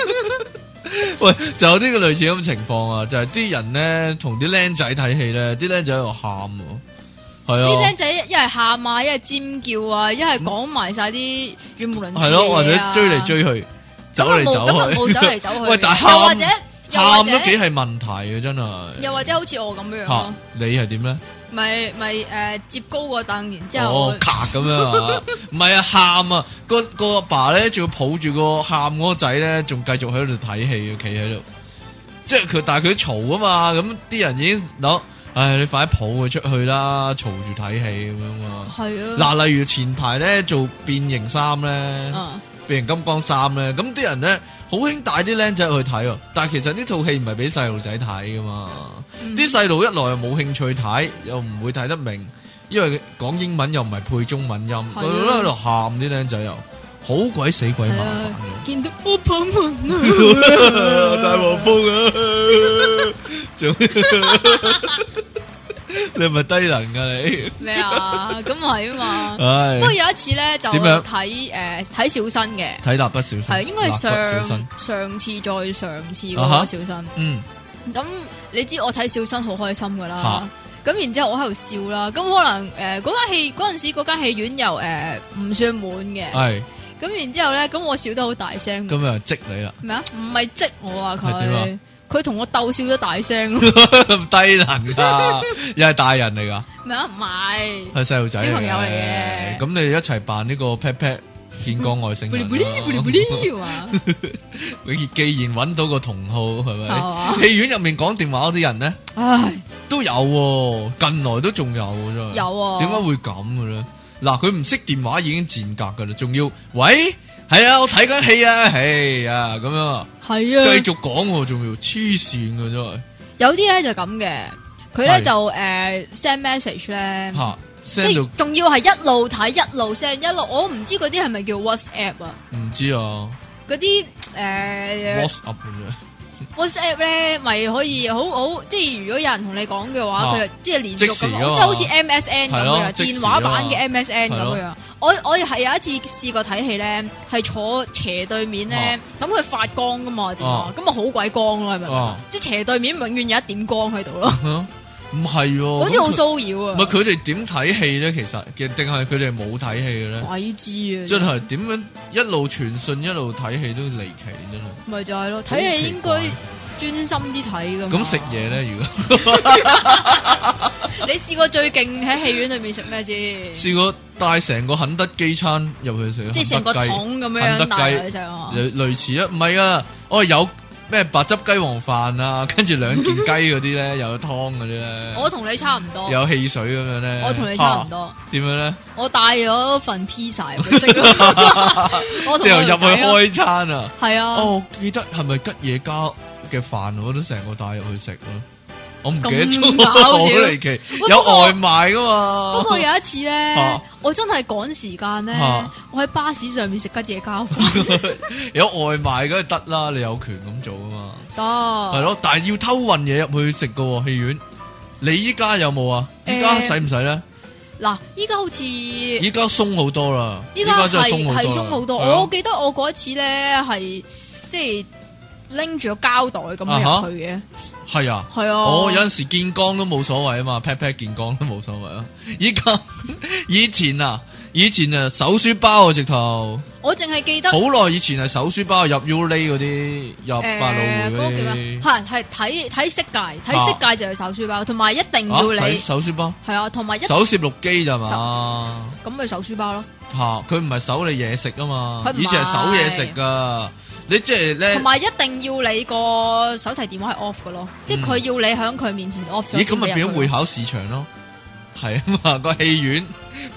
Speaker 1: 喂，就有呢個類似咁嘅情況啊，就係啲人咧同啲僆仔睇戲咧，啲僆仔喺度喊喎，係
Speaker 2: 啲
Speaker 1: 啊
Speaker 2: 僆。仔一係喊啊，一係尖叫啊，一係講埋晒啲語無倫次
Speaker 1: 系
Speaker 2: 嘅
Speaker 1: 咯，
Speaker 2: 嘢
Speaker 1: 或者
Speaker 2: 啊
Speaker 1: 追嚟，追去，走嚟走
Speaker 2: 咁啊冇咁啊冇走 嚟
Speaker 1: 去，
Speaker 2: 走去嘅。
Speaker 1: 喂但係
Speaker 2: 又或
Speaker 1: 喊
Speaker 2: 者又
Speaker 1: 喊
Speaker 2: 或
Speaker 1: 都幾
Speaker 2: 者
Speaker 1: 係問題嘅，真係。
Speaker 2: 又或者好似我咁樣
Speaker 1: 吓
Speaker 2: 咯，，
Speaker 1: 你係點咧？
Speaker 2: 咪咪誒接高個凳，然之後
Speaker 1: 哦，咔咁樣啊， 唔係啊，喊啊，個個阿爸咧，仲要抱住個喊嗰個仔咧，仲繼續喺度睇戲，企喺度，即係佢，但係佢嘈啊嘛，咁啲人已經諗，唉，你快啲抱佢出去啦，嘈住睇戲咁樣嘛。
Speaker 2: 係啊，
Speaker 1: 嗱，例如前排咧做變形衫咧。
Speaker 2: 嗯
Speaker 1: 變形金剛三咧，咁啲人咧好興帶啲僆仔去睇喎，但係其實呢套戲唔係俾細路仔睇噶嘛，
Speaker 2: 嗯
Speaker 1: 啲細路一來又冇興趣睇，又唔會睇得明，因為講英文又唔係配中文音，
Speaker 2: 啊
Speaker 1: 佢喺度喊啲僆仔又好鬼死鬼麻煩
Speaker 2: 啊
Speaker 1: 嘅，
Speaker 2: 見到我噴門
Speaker 1: 大
Speaker 2: 啊，
Speaker 1: 黃蜂啊，仲 你係咪低能 噶你？
Speaker 2: 咩啊？咁係啊嘛。
Speaker 1: 唉
Speaker 2: 不，過有一次咧就
Speaker 1: 點樣
Speaker 2: 睇誒睇小新嘅，
Speaker 1: 睇蠟筆小新，
Speaker 2: 係應該係
Speaker 1: 蠟筆小新
Speaker 2: 上，上次再上次
Speaker 1: 啊
Speaker 2: 嗰
Speaker 1: 哈
Speaker 2: 個小新。
Speaker 1: 嗯，
Speaker 2: 咁你知我睇小新好開心噶啦
Speaker 1: 嚇，
Speaker 2: 咁然之後我喺度笑啦，咁可能誒嗰間戲嗰陣時嗰間戲院又誒唔算滿嘅，
Speaker 1: 係
Speaker 2: 咁然之後咧咁我笑得好大聲，
Speaker 1: 啊咁啊，即你啦。
Speaker 2: 咩啊？唔係即我啊
Speaker 1: 係點啊
Speaker 2: 佢，佢同我鬥笑咗 大聲咯，
Speaker 1: 低 能噶，又係大人嚟噶，
Speaker 2: 咩啊？唔係，
Speaker 1: 係細路仔嚟嘅
Speaker 2: 小朋友嚟嘅
Speaker 1: 咁你一齊扮呢個 pat pat 見光外星
Speaker 2: 咕哩
Speaker 1: 人
Speaker 2: 咕哩咕哩咕哩㗎嘛，
Speaker 1: 你既然揾到個同號，係
Speaker 2: 係
Speaker 1: 咪？
Speaker 2: 嘛？
Speaker 1: 戲院入面講電話嗰啲人咧
Speaker 2: 唉，
Speaker 1: 都有喎，近來都仲有喎真係。
Speaker 2: 有啊
Speaker 1: 點解會咁嘅咧？嗱，佢唔識電話已經賤格噶啦，仲要喂，係啊，我睇緊戲啊，係啊，咁樣啊繼
Speaker 2: 係啊，
Speaker 1: 續講喎，仲要黐線嘅真係
Speaker 2: 有啲咧就咁嘅，佢咧
Speaker 1: 係
Speaker 2: 就誒 send message 咧。
Speaker 1: 吓
Speaker 2: 即
Speaker 1: send
Speaker 2: 係
Speaker 1: 到
Speaker 2: 仲要係一路睇一路 send 一路，我唔知嗰啲係咪叫 WhatsApp 啊？
Speaker 1: 唔知啊
Speaker 2: 嗰啲誒呃
Speaker 1: ，WhatsApp 咁樣
Speaker 2: WhatsApp 咧，咪可以好好，即係如果有人同你講嘅話，
Speaker 1: 啊
Speaker 2: 佢就即係連續
Speaker 1: 即時
Speaker 2: 咁，
Speaker 1: 㗎嘛
Speaker 2: 即係好似 MSN 咁
Speaker 1: 係
Speaker 2: 樣
Speaker 1: 咯
Speaker 2: 樣，
Speaker 1: 即時
Speaker 2: 電話版嘅
Speaker 1: 啊
Speaker 2: MSN
Speaker 1: 係
Speaker 2: 咁
Speaker 1: 咯
Speaker 2: 樣。我我係有一次試過睇戲咧，係坐斜對面咧，咁佢發光噶嘛電話
Speaker 1: 啊，
Speaker 2: 咁咪好鬼光咯，係咪？
Speaker 1: 啊，
Speaker 2: 即係斜對面永遠有一點光喺度咯，
Speaker 1: 唔系喎，
Speaker 2: 嗰啲好
Speaker 1: 咁佢
Speaker 2: 騷擾
Speaker 1: 唔系
Speaker 2: 啊！
Speaker 1: 佢哋点睇戏咧？其实定定系佢哋冇睇戏嘅咧？
Speaker 2: 鬼知啊！
Speaker 1: 真系点样一路传信一路睇戏都离奇真系。
Speaker 2: 咪就係咯，睇戲應該嗯專心啲睇噶嘛。
Speaker 1: 咁食嘢咧，如果？
Speaker 2: 你試過最勁喺戲院裏面食咩先
Speaker 1: 試過帶成個肯德基餐入去食，
Speaker 2: 即係成個
Speaker 1: 肯德雞
Speaker 2: 桶咁
Speaker 1: 肯
Speaker 2: 樣
Speaker 1: 德
Speaker 2: 樣
Speaker 1: 雞
Speaker 2: 帶嚟食啊！
Speaker 1: 類類似啊，唔係啊，我係有咩白汁雞皇飯啊， 跟住兩件雞嗰啲咧， 又有湯嗰啲咧，
Speaker 2: 我同你差唔多，
Speaker 1: 有汽水咁樣咧，
Speaker 2: 我同你差唔
Speaker 1: 啊，
Speaker 2: 多，
Speaker 1: 點樣咧？
Speaker 2: 我帶咗份 pizza 入去食 咯。 我同
Speaker 1: 之後
Speaker 2: 我
Speaker 1: 入去
Speaker 2: 條仔啊，
Speaker 1: 開餐啊，
Speaker 2: 係啊，
Speaker 1: 哦，我記得係咪吉野家嘅飯我都成個帶入去食咯，我唔記得
Speaker 2: 咁
Speaker 1: 咗，
Speaker 2: 搞笑
Speaker 1: 好離奇，
Speaker 2: 不
Speaker 1: 有
Speaker 2: 過
Speaker 1: 外賣噶嘛，
Speaker 2: 不過有一次咧
Speaker 1: 啊，
Speaker 2: 我真係趕時間咧
Speaker 1: 啊，
Speaker 2: 我喺巴士上面食吉野家飯
Speaker 1: 有外賣梗係得啦，你有權咁做噶嘛。 系
Speaker 2: 得，
Speaker 1: 咯，但系要偷運嘢入去食噶喎，戲院。你依家有冇啊？依家
Speaker 2: 誒
Speaker 1: 使唔使咧？
Speaker 2: 嗱，依家好似。
Speaker 1: 依家鬆好多啦，
Speaker 2: 依家
Speaker 1: 真
Speaker 2: 係
Speaker 1: 係鬆好
Speaker 2: 係
Speaker 1: 多啦。
Speaker 2: 鬆好多。
Speaker 1: 係啊咯
Speaker 2: 我記得我嗰一次咧係即係拎住個膠袋
Speaker 1: 啊
Speaker 2: 咁入去嘅，
Speaker 1: 係啊，
Speaker 2: 係啊。
Speaker 1: 我有阵时见光都冇所謂啊嘛，pat pat 见光都冇所謂啊。依家 以前啊，以前啊手書包啊，直頭
Speaker 2: 我淨係記得
Speaker 1: 好耐以前係手書包入 U l a 嗰啲，入八路
Speaker 2: 誒
Speaker 1: 會
Speaker 2: 嗰
Speaker 1: 嗰
Speaker 2: 個叫咩？
Speaker 1: 啲，
Speaker 2: 係係睇睇色戒，睇色戒就係手書包，同埋一定要
Speaker 1: 啊
Speaker 2: 你
Speaker 1: 手手書包、
Speaker 2: 係啊，同埋一
Speaker 1: 手攝錄機咋嘛？
Speaker 2: 咁咪手書包咯，
Speaker 1: 吓，佢唔係搜你嘢食啊嘛
Speaker 2: 佢唔，係
Speaker 1: 以前係搜嘢食噶。你即係咧
Speaker 2: 同，埋一定要你個手提電話係 off 嘅咯，即係佢要你喺佢面前 off 咗
Speaker 1: 咦咁咪變
Speaker 2: 變
Speaker 1: 咗會考市場咯？係啊嘛， 個戲院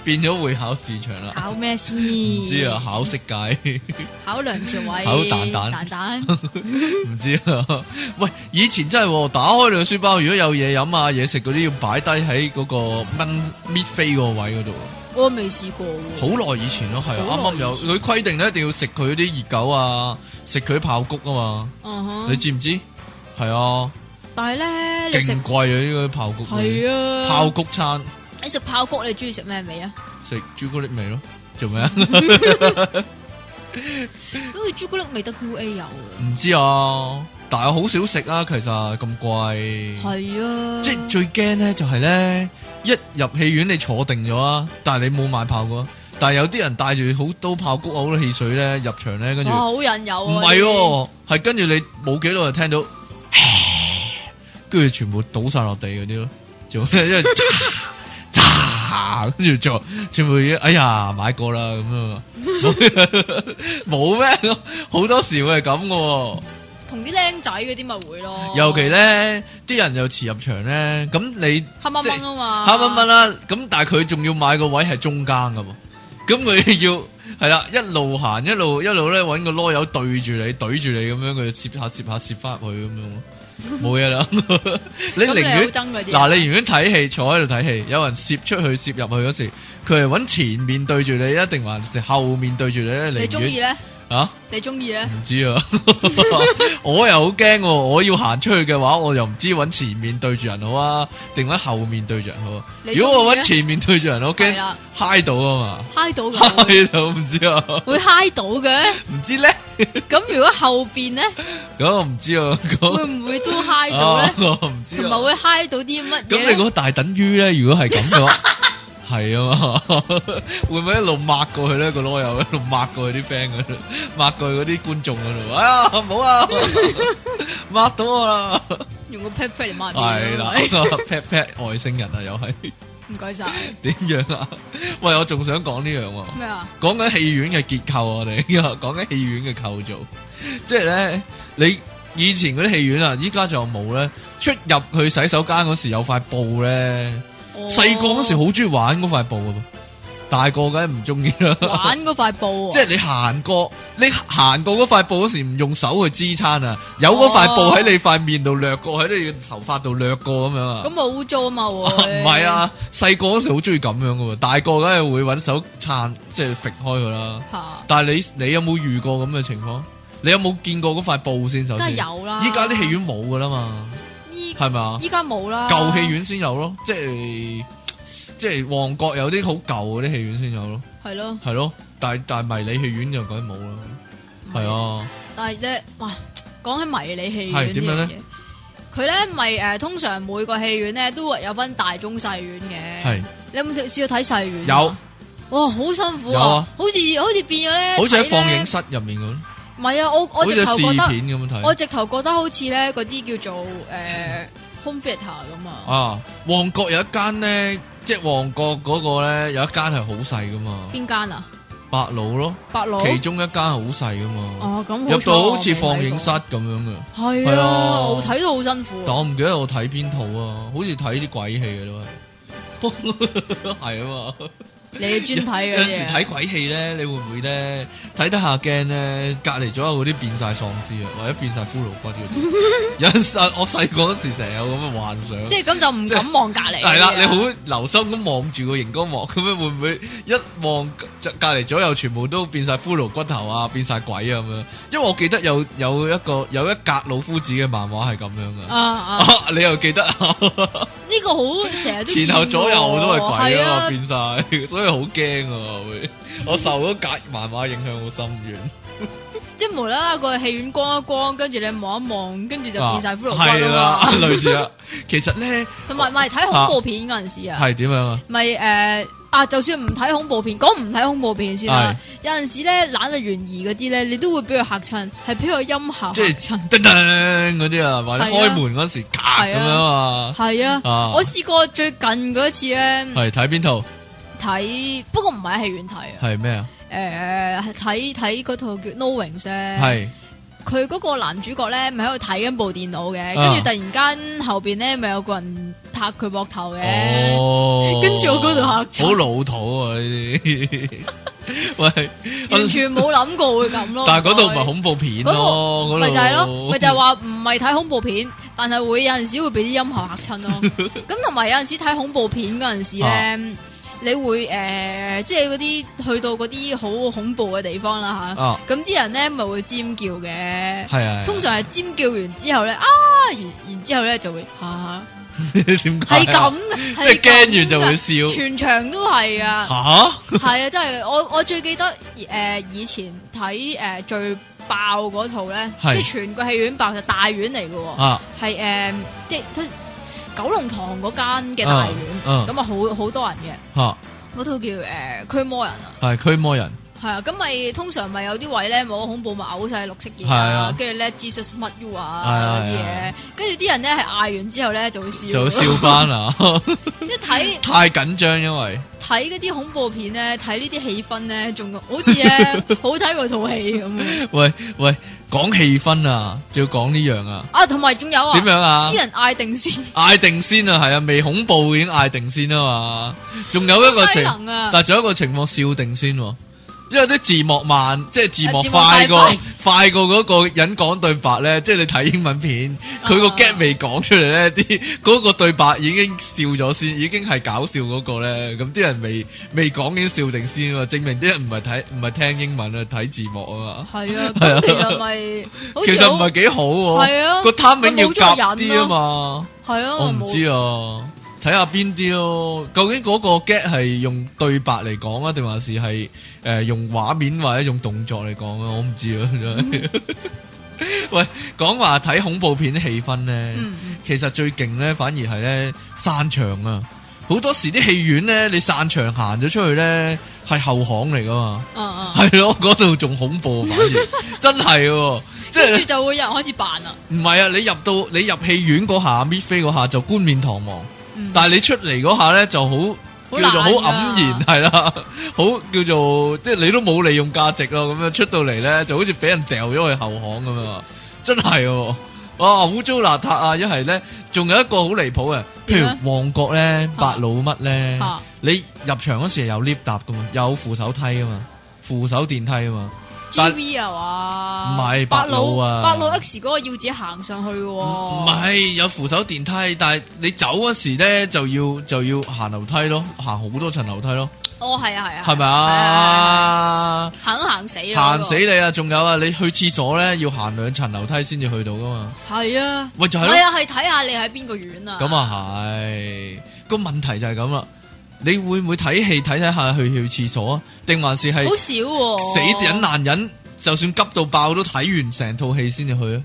Speaker 1: 變咗會考市場啦。
Speaker 2: 考咩先？
Speaker 1: 唔
Speaker 2: 唔
Speaker 1: 知啊，，考色界
Speaker 2: 考梁朝偉，
Speaker 1: 考蛋蛋
Speaker 2: 蛋蛋，
Speaker 1: 唔知啊。喂，以前真係喎打開你個書包，如果有嘢飲啊、嘢食嗰啲，要擺低喺嗰個掹搣飛嗰個位嗰度。
Speaker 2: 我未試過喎。
Speaker 1: 好耐以前咯，係啊，
Speaker 2: 好
Speaker 1: 啱
Speaker 2: 耐
Speaker 1: 啱
Speaker 2: 以
Speaker 1: 有佢規定咧，一定要食佢啲熱狗啊，食佢啲爆谷啊嘛。
Speaker 2: 嗯哼
Speaker 1: 你知唔知？係啊。
Speaker 2: 但系咧，你食
Speaker 1: 勁貴啊！呢個爆谷
Speaker 2: 系啊，
Speaker 1: 爆谷餐
Speaker 2: 你食爆谷，你中意食咩味啊？
Speaker 1: 食朱古力味咯，做咩啊？
Speaker 2: 咁佢朱古力味得 U A 有嘅，
Speaker 1: 唔知啊，但係我好少食啊，其實咁貴，
Speaker 2: 系啊，
Speaker 1: 即係最驚咧就係咧，一入戲院你坐定咗啊，但係你冇買爆谷啊，但係有啲人帶住好多爆谷好多汽水咧入場咧，跟住
Speaker 2: 哇好引誘
Speaker 1: 唔
Speaker 2: 啊！
Speaker 1: 係喎，係跟住你冇幾耐就聽到， 跟住全部倒晒落地嗰啲咯，做咩？因為 喳跟住就全部已經哎呀買過啦咁樣 啊，冇冇咩？好多時會係咁嘅喎，
Speaker 2: 同啲僆仔嗰啲咪會咯，
Speaker 1: 尤其咧啲人又遲入場咧，咁你
Speaker 2: 黑掹掹啊嘛，
Speaker 1: 黑蚊蚊啦，咁但係佢仲要買個位係中間嘅喎，咁佢 要係啦，一路行一路一路咧揾個啰柚對住你，對住你咁樣，佢攝下攝下攝翻去咁樣喎，冇嘢啦。 你
Speaker 2: 咁
Speaker 1: 寧
Speaker 2: 你好
Speaker 1: 願
Speaker 2: 憎嗰啲啊
Speaker 1: 嗱，你寧願睇戲坐喺度睇戲，有人攝出去攝入去嗰時，佢係揾前面對住你，一定還是後面對住你咧？
Speaker 2: 你中
Speaker 1: 寧
Speaker 2: 意
Speaker 1: 願
Speaker 2: 咧？
Speaker 1: 啊？
Speaker 2: 你中意咧？
Speaker 1: 唔知啊， 我又好驚喎！我要行出去嘅話，我又唔知揾前面對住人好啊，定揾後面對住人好啊？
Speaker 2: 你
Speaker 1: 如果我
Speaker 2: 鍾意咧
Speaker 1: 揾前面對住人，我
Speaker 2: 係
Speaker 1: 驚
Speaker 2: 啦
Speaker 1: 嗨到 啊
Speaker 2: 嗨到
Speaker 1: 嘛，
Speaker 2: 嘅會
Speaker 1: 嗨到唔知啊，
Speaker 2: 會嗨到嘅，
Speaker 1: 唔知咧，
Speaker 2: 咁如果後邊 咧
Speaker 1: 咁我唔知啊，咁
Speaker 2: 會唔會都嗨到咧
Speaker 1: 啊？我唔知
Speaker 2: 同埋
Speaker 1: 啊。
Speaker 2: 會嗨到啲乜
Speaker 1: 咁你
Speaker 2: 嘢
Speaker 1: 嗰
Speaker 2: 呢？
Speaker 1: 個大等於咧，如果係咁嘅話， 係啊嘛， 會唔會一路抹過去咧個啰柚，一路抹過去啲 friend 嗰度，抹過去嗰啲觀眾嗰度，啊唔好 啊，抹到我啦。
Speaker 2: 用個 pat pat 嚟抹面啊
Speaker 1: 系 啦
Speaker 2: 喂
Speaker 1: ，pat pat 外星人啊，又系
Speaker 2: 唔該晒
Speaker 1: 點樣啊？喂，我仲想講呢樣喎，
Speaker 2: 咩啊？
Speaker 1: 講緊戲院嘅結構啊，我哋 講緊戲院嘅構造，即係咧，你以前嗰啲戲院啊，依家就冇咧，出入去洗手間嗰時有塊布咧，
Speaker 2: 哦
Speaker 1: 細個嗰時好中意玩嗰塊布噶噃，大個梗係唔中意啦。
Speaker 2: 玩嗰塊布 啊，
Speaker 1: 即係你行過，你行過嗰塊布嗰時唔用手去支撐啊，有嗰塊布喺你塊面度掠過，喺你嘅頭髮度掠過咁樣啊。
Speaker 2: 咁啊污糟啊嘛會，
Speaker 1: 唔系啊，细个嗰时好中意咁样噶，大个梗系会揾手撑，即系揈开佢啦。
Speaker 2: 嚇
Speaker 1: 但系你你有冇遇过咁嘅情况？你有冇見過嗰塊布先？首
Speaker 2: 梗係
Speaker 1: 先，
Speaker 2: 有啦。
Speaker 1: 依家啲戲院冇噶啦嘛，
Speaker 2: 依
Speaker 1: 係咪啊？
Speaker 2: 依家冇啦。
Speaker 1: 舊戲院先有咯，即係即係旺角有啲好舊嗰啲戲院先有咯，
Speaker 2: 係咯，
Speaker 1: 係咯。但係但係迷你戲院就梗係冇啦，係
Speaker 2: 唔係。
Speaker 1: 啊，
Speaker 2: 但係咧，哇，講起迷你戲
Speaker 1: 係
Speaker 2: 院
Speaker 1: 點樣
Speaker 2: 樣
Speaker 1: 咧
Speaker 2: 嘢，佢咧咪誒通常每個戲院咧都會有分大中細院嘅。
Speaker 1: 係
Speaker 2: 你有冇試過睇細院？
Speaker 1: 有，
Speaker 2: 哇，好辛苦
Speaker 1: 有啊
Speaker 2: 啊！好似好似變咗咧，
Speaker 1: 好似喺
Speaker 2: 睇咧
Speaker 1: 放映室入面咁，
Speaker 2: 唔係啊！我
Speaker 1: 好
Speaker 2: 我
Speaker 1: 似
Speaker 2: 直頭
Speaker 1: 試
Speaker 2: 覺得，
Speaker 1: 片咁樣睇
Speaker 2: 我。直頭覺得好似咧嗰啲叫做誒 home theatre 咁啊。
Speaker 1: 啊，旺角有一間咧，即係旺角嗰個咧有一間係好細噶嘛，
Speaker 2: 邊間啊？
Speaker 1: 百老咯，
Speaker 2: 百老
Speaker 1: 其中一間好細噶嘛，
Speaker 2: 哦，咁
Speaker 1: 入到好似放映室咁樣嘅。
Speaker 2: 係
Speaker 1: 係
Speaker 2: 啊，
Speaker 1: 啊
Speaker 2: 我睇到好辛苦
Speaker 1: 但
Speaker 2: 啊。
Speaker 1: 我唔記得我睇邊套啊，好似睇啲鬼戲嘅都係， 係啊嘛。
Speaker 2: 你專睇
Speaker 1: 有
Speaker 2: 嘅
Speaker 1: 陣時睇
Speaker 2: 嘢，
Speaker 1: 鬼戲咧，你會唔會咧睇得下驚咧？隔離左右嗰啲變晒喪屍啊，或者變晒骷髏 骨嗰啲。有陣時我細個嗰時成日有咁嘅幻想。
Speaker 2: 即係咁就唔敢望隔離。啊
Speaker 1: 系啦，你好留心咁望住個熒光幕，咁樣會唔會一望隔隔離左右全部都變晒骷髏骨頭啊，變晒鬼啊咁樣？因為我記得有有一個有一格老夫子嘅漫畫係咁樣
Speaker 2: 啊
Speaker 1: 噶、
Speaker 2: 啊！
Speaker 1: 你又 記得啊？
Speaker 2: 呢個好成日都
Speaker 1: 前後左右都係鬼啊嘛，
Speaker 2: 係啊，
Speaker 1: 變晒， 所以好驚啊會。我受咗格漫畫影響好深遠。
Speaker 2: 即係無啦啦個戲院光一光，跟住你望一望，跟住就變晒骷髏
Speaker 1: 啊係
Speaker 2: 骨
Speaker 1: 啦
Speaker 2: 啊嘛。，
Speaker 1: 類似啊。其實咧
Speaker 2: 同埋咪睇恐怖片嗰陣時啊，
Speaker 1: 係點樣哦啊？
Speaker 2: 咪誒啊！就算唔睇恐怖片，講唔睇恐怖片先啦。有陣時咧，懶係懸疑嗰啲咧，你都會俾佢嚇親，係俾個音效
Speaker 1: 即
Speaker 2: 嚇
Speaker 1: 係
Speaker 2: 親。
Speaker 1: 噔噔嗰啲啊，或者
Speaker 2: 係啊
Speaker 1: 開門嗰時咔咁
Speaker 2: 係啊
Speaker 1: 樣啊。
Speaker 2: 係啊，
Speaker 1: 啊
Speaker 2: 我試過最近嗰一次咧
Speaker 1: 係睇邊套？
Speaker 2: 睇，不過唔係喺戲院睇啊，
Speaker 1: 係咩啊？
Speaker 2: 誒係睇睇嗰套叫《No Wings》咧，
Speaker 1: 係
Speaker 2: 佢嗰個男主角咧咪喺度睇緊部電腦嘅，
Speaker 1: 啊
Speaker 2: 跟住突然間後邊咧咪有個人拍佢膊頭嘅，
Speaker 1: 哦，
Speaker 2: 跟住我嗰度嚇親
Speaker 1: 好老土啊呢 啲。喂，。
Speaker 2: 完全冇諗過會咁咯
Speaker 1: 但係嗰度唔係恐怖片咯，嗰度
Speaker 2: 咪就係咯，咪就係話唔係睇恐怖片，但係會有陣時會俾啲音效嚇 親咯。咁同埋有陣時睇恐怖片嗰陣時咧，
Speaker 1: 啊
Speaker 2: 你會誒、呃即係嗰啲去到嗰啲好恐怖嘅地方啦
Speaker 1: 啊，
Speaker 2: 吓，咁啲人咧咪會尖叫嘅，
Speaker 1: 係啊，
Speaker 2: 通常係尖叫完之後咧啊，然然之後咧就會嚇，
Speaker 1: 點解啊
Speaker 2: 係咁嘅，
Speaker 1: 即係
Speaker 2: 係咁
Speaker 1: 驚完就會
Speaker 2: 嘅
Speaker 1: 笑
Speaker 2: 全場都係啊，
Speaker 1: 吓
Speaker 2: 係啊，真係我我最記得誒、呃以前睇誒、呃最爆嗰套咧，
Speaker 1: 係
Speaker 2: 即係全個戲院爆就大院嚟嘅喎，
Speaker 1: 啊
Speaker 2: 係誒、呃即係都九龍塘嗰間嘅大院，
Speaker 1: 嗯
Speaker 2: 咁啊好好多人嘅，
Speaker 1: 吓
Speaker 2: 嗰套叫誒、呃、驅魔人啊，
Speaker 1: 係驅魔人
Speaker 2: 係啊，咁咪通常咪有啲位咧冇恐怖咪嘔晒綠色嘢
Speaker 1: 係
Speaker 2: 啊
Speaker 1: 啊，
Speaker 2: 跟住咧 Jesus 乜 you
Speaker 1: 係
Speaker 2: 啊
Speaker 1: 啊
Speaker 2: 嗰啲
Speaker 1: 係
Speaker 2: 嘢，跟住啲人咧係嗌完之後咧就會笑
Speaker 1: 就會
Speaker 2: 咯，
Speaker 1: 笑翻啊！
Speaker 2: 一睇。
Speaker 1: 太緊張，因為
Speaker 2: 睇嗰啲恐怖片咧，睇呢啲氣氛咧，仲好 似咧好睇過套戲咁啊
Speaker 1: 喂喂講氣氛啊，仲要講呢樣啊，
Speaker 2: 啊！同埋仲有啊，
Speaker 1: 點樣啊
Speaker 2: 啲？人嗌定先，
Speaker 1: 嗌定先啊，係啊，未恐怖已經嗌定先啊嘛。仲有一個
Speaker 2: 低
Speaker 1: 情，
Speaker 2: 能啊！
Speaker 1: 但仲有一個情況笑定先喎，因為啲字幕慢，即係字幕
Speaker 2: 啊字幕
Speaker 1: 快過
Speaker 2: 快
Speaker 1: 快過嗰個人講對白咧，即係你睇英文 片，佢個
Speaker 2: 啊
Speaker 1: get 未講出嚟咧，啲嗰個對白已經笑咗先，已經係搞笑嗰個咧，咁啲人未未講已經笑定先喎，證明啲人唔係睇唔係聽英文啊，睇字幕啊嘛。
Speaker 2: 係啊，咁其實咪好
Speaker 1: 其
Speaker 2: 似
Speaker 1: 實唔
Speaker 2: 好
Speaker 1: 係幾好
Speaker 2: 係
Speaker 1: 喎，
Speaker 2: 啊
Speaker 1: 個 timing
Speaker 2: 咪
Speaker 1: 要
Speaker 2: 冇咗個
Speaker 1: 夾啲啊
Speaker 2: 人咯
Speaker 1: 嘛。
Speaker 2: 係啊，
Speaker 1: 我唔
Speaker 2: 冇
Speaker 1: 知啊，睇下邊啲咯。究竟嗰個 get 係用對白嚟講啊，定還是係诶、呃用畫面或者用動作嚟講啊？我唔知啊。真係 喂，講話睇恐怖片啲氣氛咧，
Speaker 2: 嗯嗯
Speaker 1: 其實最勁咧，反而係咧散場啊！好多時啲戲院咧，你散場行咗出去咧，係後巷嚟噶嘛，
Speaker 2: 嗯嗯，
Speaker 1: 係咯，嗰度仲恐怖啊，反 而真係喎，即
Speaker 2: 跟住
Speaker 1: 係
Speaker 2: 就會有人開始扮啦，
Speaker 1: 唔係啊？你入到你入戲院嗰下搣飛嗰下就冠冕堂皇。
Speaker 2: 嗯，
Speaker 1: 但系你出嚟嗰下咧就好
Speaker 2: 好
Speaker 1: 叫做好
Speaker 2: 懶㗎啊
Speaker 1: 黯然係啦， 好叫做即係你都冇利用價值咯，咁樣出到嚟咧就好似俾人掉咗去後巷咁樣，真係喎，哇污糟邋遢啊！一係咧仲有一個好離譜嘅，譬
Speaker 2: 點啊
Speaker 1: 如旺角咧百老乜咧，
Speaker 2: 啊
Speaker 1: 你入場嗰時係有 lift 搭噶嘛，有扶手梯噶嘛，扶手電梯噶嘛，但
Speaker 2: G V 啊
Speaker 1: 唔
Speaker 2: 話，
Speaker 1: 係白老啊
Speaker 2: 白老 X 嗰個要自己行上去嘅喎，
Speaker 1: 唔
Speaker 2: 唔
Speaker 1: 係有扶手電梯，但係你走嗰時咧就要就要行樓梯咯，行好多層樓梯咯。
Speaker 2: 哦，系啊，系啊，
Speaker 1: 系咪
Speaker 2: 係？
Speaker 1: 啊？
Speaker 2: 係係係肯行死啊！
Speaker 1: 行死你啊！仲有啊，你去厕所咧要行两层楼梯先至去到噶嘛？
Speaker 2: 系啊，
Speaker 1: 喂，就系咯
Speaker 2: 系。啊，系睇下你喺边个院啊。
Speaker 1: 咁啊系，個問題就係咁啦。你會唔會睇戲睇睇下去去廁所啊？定還是係
Speaker 2: 好少喎，
Speaker 1: 死啊忍難忍，就算急到爆都睇完成套戲先至去啊？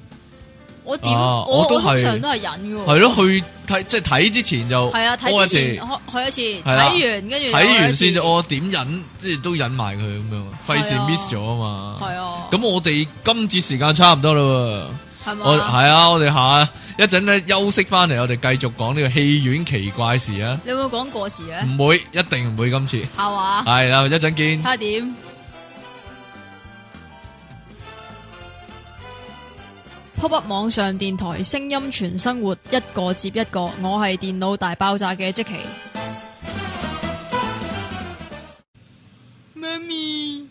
Speaker 2: 我點
Speaker 1: 啊
Speaker 2: 我
Speaker 1: 我
Speaker 2: 我
Speaker 1: 都
Speaker 2: 通
Speaker 1: 係
Speaker 2: 常都係忍嘅喎。
Speaker 1: 係咯，去睇即係睇之前就
Speaker 2: 係啊，
Speaker 1: 屙
Speaker 2: 睇
Speaker 1: 一
Speaker 2: 之前
Speaker 1: 次
Speaker 2: 開去一次，
Speaker 1: 係啦
Speaker 2: 睇完跟住
Speaker 1: 睇完先
Speaker 2: 就
Speaker 1: 就我點忍，即係都忍埋佢咁樣，費事
Speaker 2: 係啊
Speaker 1: miss 咗啊嘛。
Speaker 2: 係啊，
Speaker 1: 咁我哋今節時間差唔多啦喎。
Speaker 2: 係
Speaker 1: 我
Speaker 2: 嘛？
Speaker 1: 係啊，我哋下一陣咧休息翻嚟，我哋繼續講呢個戲院奇怪事啊！
Speaker 2: 你會唔會講過時咧？
Speaker 1: 唔會，一定唔會今次。系
Speaker 2: 係嘛？
Speaker 1: 啦，一陣見
Speaker 2: 睇。下點。pop up 網上電台，聲音全生活，一個接一個。我係電腦大爆炸嘅即奇。媽咪，
Speaker 1: 你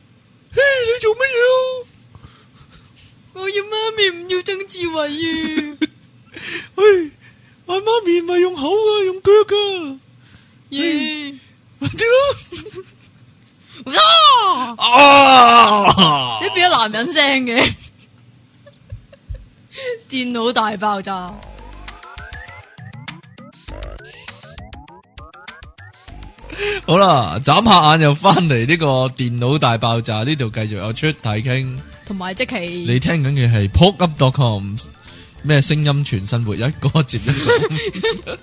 Speaker 1: 做乜嘢啊？
Speaker 2: 我要媽咪唔要曾志 偉啊！
Speaker 1: 喂，阿妈咪唔系用口噶，用脚噶，
Speaker 2: 耶！
Speaker 1: 点咯？
Speaker 2: 啊！
Speaker 1: 啊！
Speaker 2: 你变咗男人声嘅，电脑大爆炸。
Speaker 1: 好啦，眨下眼又翻嚟呢个电脑大爆炸呢度，继续有出睇倾。
Speaker 2: 同埋即期
Speaker 1: 你听紧嘅系 pokup.com 咩声音全生活，一个 接一个。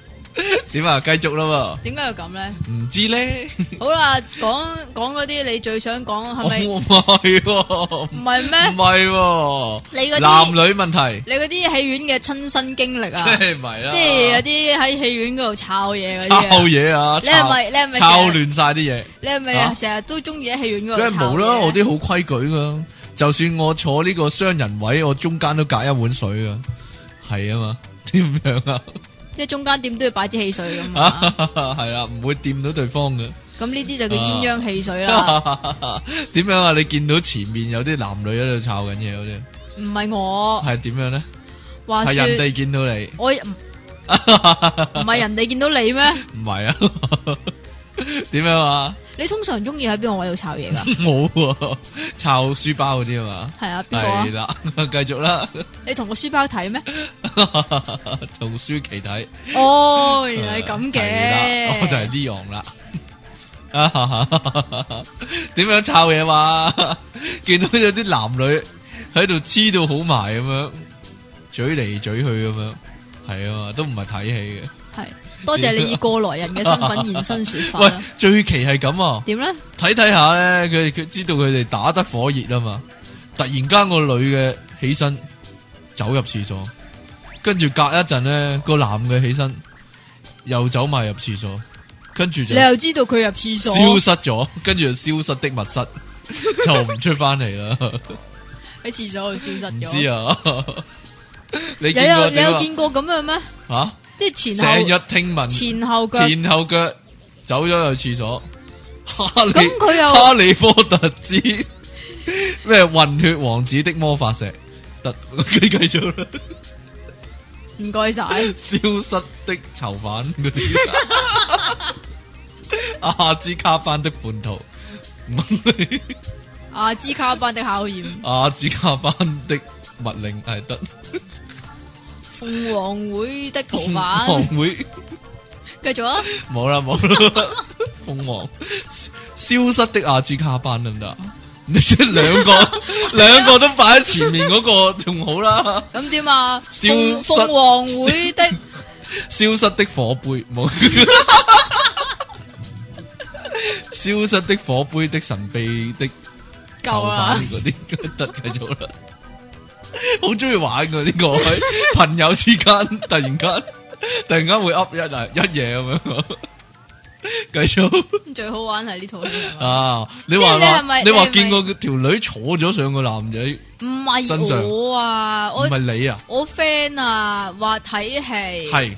Speaker 1: 点啊？继续啦
Speaker 2: 點解要咁咧？
Speaker 1: 喎，唔知咧，
Speaker 2: 好啦，講講嗰啲你最想講
Speaker 1: 我
Speaker 2: 係咪？
Speaker 1: 唔系喎，唔
Speaker 2: 唔係
Speaker 1: 系
Speaker 2: 咩？
Speaker 1: 喎，
Speaker 2: 你嗰
Speaker 1: 男
Speaker 2: 啲
Speaker 1: 女问题，
Speaker 2: 你嗰啲戲院嘅親身經 歷啊，
Speaker 1: 即系咪啦？
Speaker 2: 即係有啲喺戲院嗰度抄嘢嗰
Speaker 1: 抄
Speaker 2: 啲啊。
Speaker 1: 嘢啊！
Speaker 2: 你係咪你係咪
Speaker 1: 抄
Speaker 2: 成日
Speaker 1: 乱晒啲嘢？
Speaker 2: 你係
Speaker 1: 啊
Speaker 2: 咪成日都中意喺戲院
Speaker 1: 梗
Speaker 2: 嗰度
Speaker 1: 係
Speaker 2: 抄
Speaker 1: 冇
Speaker 2: 嘢
Speaker 1: 啦，我啲好規矩噶。就算我坐呢個雙人位，我中間都隔一碗水噶，係 啊嘛，點樣啊？
Speaker 2: 即係中間點都要擺支汽水 咁啊。
Speaker 1: 係啦，唔會掂到對方嘅。
Speaker 2: 咁呢啲就叫鴛鴦汽水啦，
Speaker 1: 點樣啊？你見到前面有啲男女喺度抄緊嘢嗰啲，
Speaker 2: 唔係我。
Speaker 1: 係點樣咧？
Speaker 2: 話
Speaker 1: 係人
Speaker 2: 説。
Speaker 1: 哋見到你，
Speaker 2: 我唔唔系人哋見到你咩？
Speaker 1: 唔係 啊？點樣啊？
Speaker 2: 你通常中意喺邊個位度炒嘢噶？
Speaker 1: 冇喎，抄書包嗰啲啊
Speaker 2: 係啊，邊
Speaker 1: 嘛。
Speaker 2: 個啊
Speaker 1: 係？啦， 繼續啦，
Speaker 2: 你同個書包睇咩？
Speaker 1: 同書期睇。
Speaker 2: 哦，原來係咁
Speaker 1: 係啦哦
Speaker 2: 嘅。
Speaker 1: 我就係 Leon 啦。 點樣抄嘢嘛？ 見到有啲男女喺度黐到好埋咁樣，嘴嚟嘴去咁樣，係啊嘛，都唔係睇戲嘅。
Speaker 2: 係多謝你以過來人嘅身份現身说法
Speaker 1: 喂
Speaker 2: 啦。，
Speaker 1: 最奇係咁啊！
Speaker 2: 點咧？
Speaker 1: 睇睇下咧，佢佢知道佢哋打得火熱啊嘛，突然間個女嘅起身走入廁所，跟住隔一陣咧個男嘅起身又走埋入廁所，跟住就
Speaker 2: 你又知道佢入廁所，
Speaker 1: 消失咗，跟住就消失的密 室就唔出翻嚟啦，
Speaker 2: 喺廁所度消失
Speaker 1: 唔
Speaker 2: 咗。
Speaker 1: 知啊。你
Speaker 2: 你
Speaker 1: 啊見過
Speaker 2: 有你有
Speaker 1: 點
Speaker 2: 見過咁樣咩？
Speaker 1: 啊
Speaker 2: 即係
Speaker 1: 吓？成
Speaker 2: 前後
Speaker 1: 日聽聞
Speaker 2: 前後腳，
Speaker 1: 前後腳走咗去廁所，哈利
Speaker 2: 咁佢又
Speaker 1: 哈利波特之咩混血王子的魔法石，得 你繼續啦。
Speaker 2: 唔 該晒。
Speaker 1: 消失的囚犯 嗰啲，阿茲卡班的叛徒， 唔係
Speaker 2: 阿茲卡班的考驗，
Speaker 1: 阿茲卡班的密令係得。
Speaker 2: 鳳凰會的逃
Speaker 1: 鳳
Speaker 2: 犯。
Speaker 1: 凰會
Speaker 2: 繼續啊，
Speaker 1: 冇啦冇啦，鳳凰消失的阿茲卡班得唔得？ 你即係兩個兩個都擺喺前面嗰個仲好啦，
Speaker 2: 咁點 啊？
Speaker 1: 消
Speaker 2: 鳳
Speaker 1: 失
Speaker 2: 鳳凰會的。
Speaker 1: 消失的火杯冇。消失的火杯的神秘的
Speaker 2: 夠啊啦，
Speaker 1: 囚犯嗰啲得繼續啦，好中意玩噶呢、個喺朋友之間突然間突然間會 up 一啊一嘢咁樣，繼續。
Speaker 2: 最好玩係呢套戲係嘛
Speaker 1: 啊！你
Speaker 2: 係
Speaker 1: 話
Speaker 2: 你係
Speaker 1: 話
Speaker 2: 咪
Speaker 1: 你話
Speaker 2: 你係咪
Speaker 1: 見過條女坐咗上個男仔，唔
Speaker 2: 唔
Speaker 1: 真相
Speaker 2: 係我啊，我
Speaker 1: 係你啊？
Speaker 2: 我 friend 啊話睇戲，
Speaker 1: 係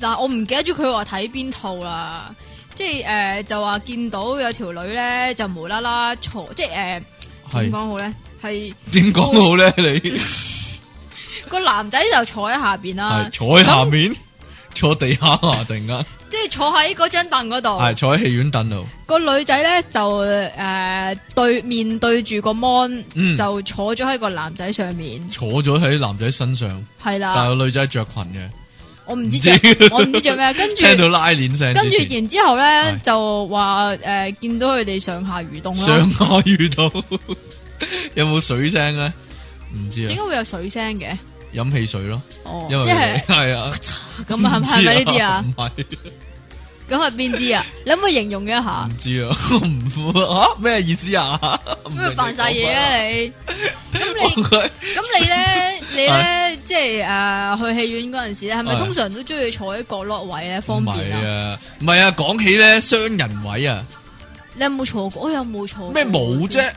Speaker 2: 但我唔記得咗佢話睇邊套啦。即係誒、呃就話見到有條女咧就無啦啦坐，即係誒點
Speaker 1: 係
Speaker 2: 講好咧？係
Speaker 1: 點講 好咧？你
Speaker 2: 個男仔就坐喺下邊啦
Speaker 1: 係，坐喺下面，坐地下啊！突然间
Speaker 2: 即系坐喺嗰张凳嗰
Speaker 1: 系
Speaker 2: 度，
Speaker 1: 坐喺戏院凳度，
Speaker 2: 个女仔咧就诶、呃对面对住个 mon，、
Speaker 1: 嗯
Speaker 2: 就坐咗喺个男仔上面，
Speaker 1: 坐咗喺男仔身上，
Speaker 2: 系
Speaker 1: 但
Speaker 2: 啦，
Speaker 1: 系个女仔着裙嘅，
Speaker 2: 我唔知
Speaker 1: 唔
Speaker 2: 着
Speaker 1: 知，
Speaker 2: 我唔知着咩，跟 住
Speaker 1: 听到拉链声
Speaker 2: 跟
Speaker 1: 之
Speaker 2: 住
Speaker 1: 前，
Speaker 2: 然之后咧
Speaker 1: 係
Speaker 2: 就话诶、呃见到佢哋上下蠕動啦
Speaker 1: 上，下遇到 有冇水声咧？唔知
Speaker 2: 點
Speaker 1: 啊
Speaker 2: 解，會有水聲嘅？
Speaker 1: 饮汽水咯，
Speaker 2: 哦，
Speaker 1: 因为
Speaker 2: 即係
Speaker 1: 系啊，
Speaker 2: 咁啊，係咪呢啲啊？
Speaker 1: 唔系。
Speaker 2: 咁係邊啲啊？你可唔可以形容一下？
Speaker 1: 唔知啊， 我唔啊咩意思啊？
Speaker 2: 咁咪扮晒嘢啊你？咁你
Speaker 1: 佢
Speaker 2: 咁你咧，你咧即係诶去戲院嗰陣時咧，係咪
Speaker 1: 係
Speaker 2: 通常都中意坐喺角落位咧方
Speaker 1: 唔
Speaker 2: 便
Speaker 1: 係
Speaker 2: 啊？
Speaker 1: 啊，唔係啊，講起咧雙人位啊，
Speaker 2: 你有冇坐過？哦我有冇坐過？
Speaker 1: 咩冇啫？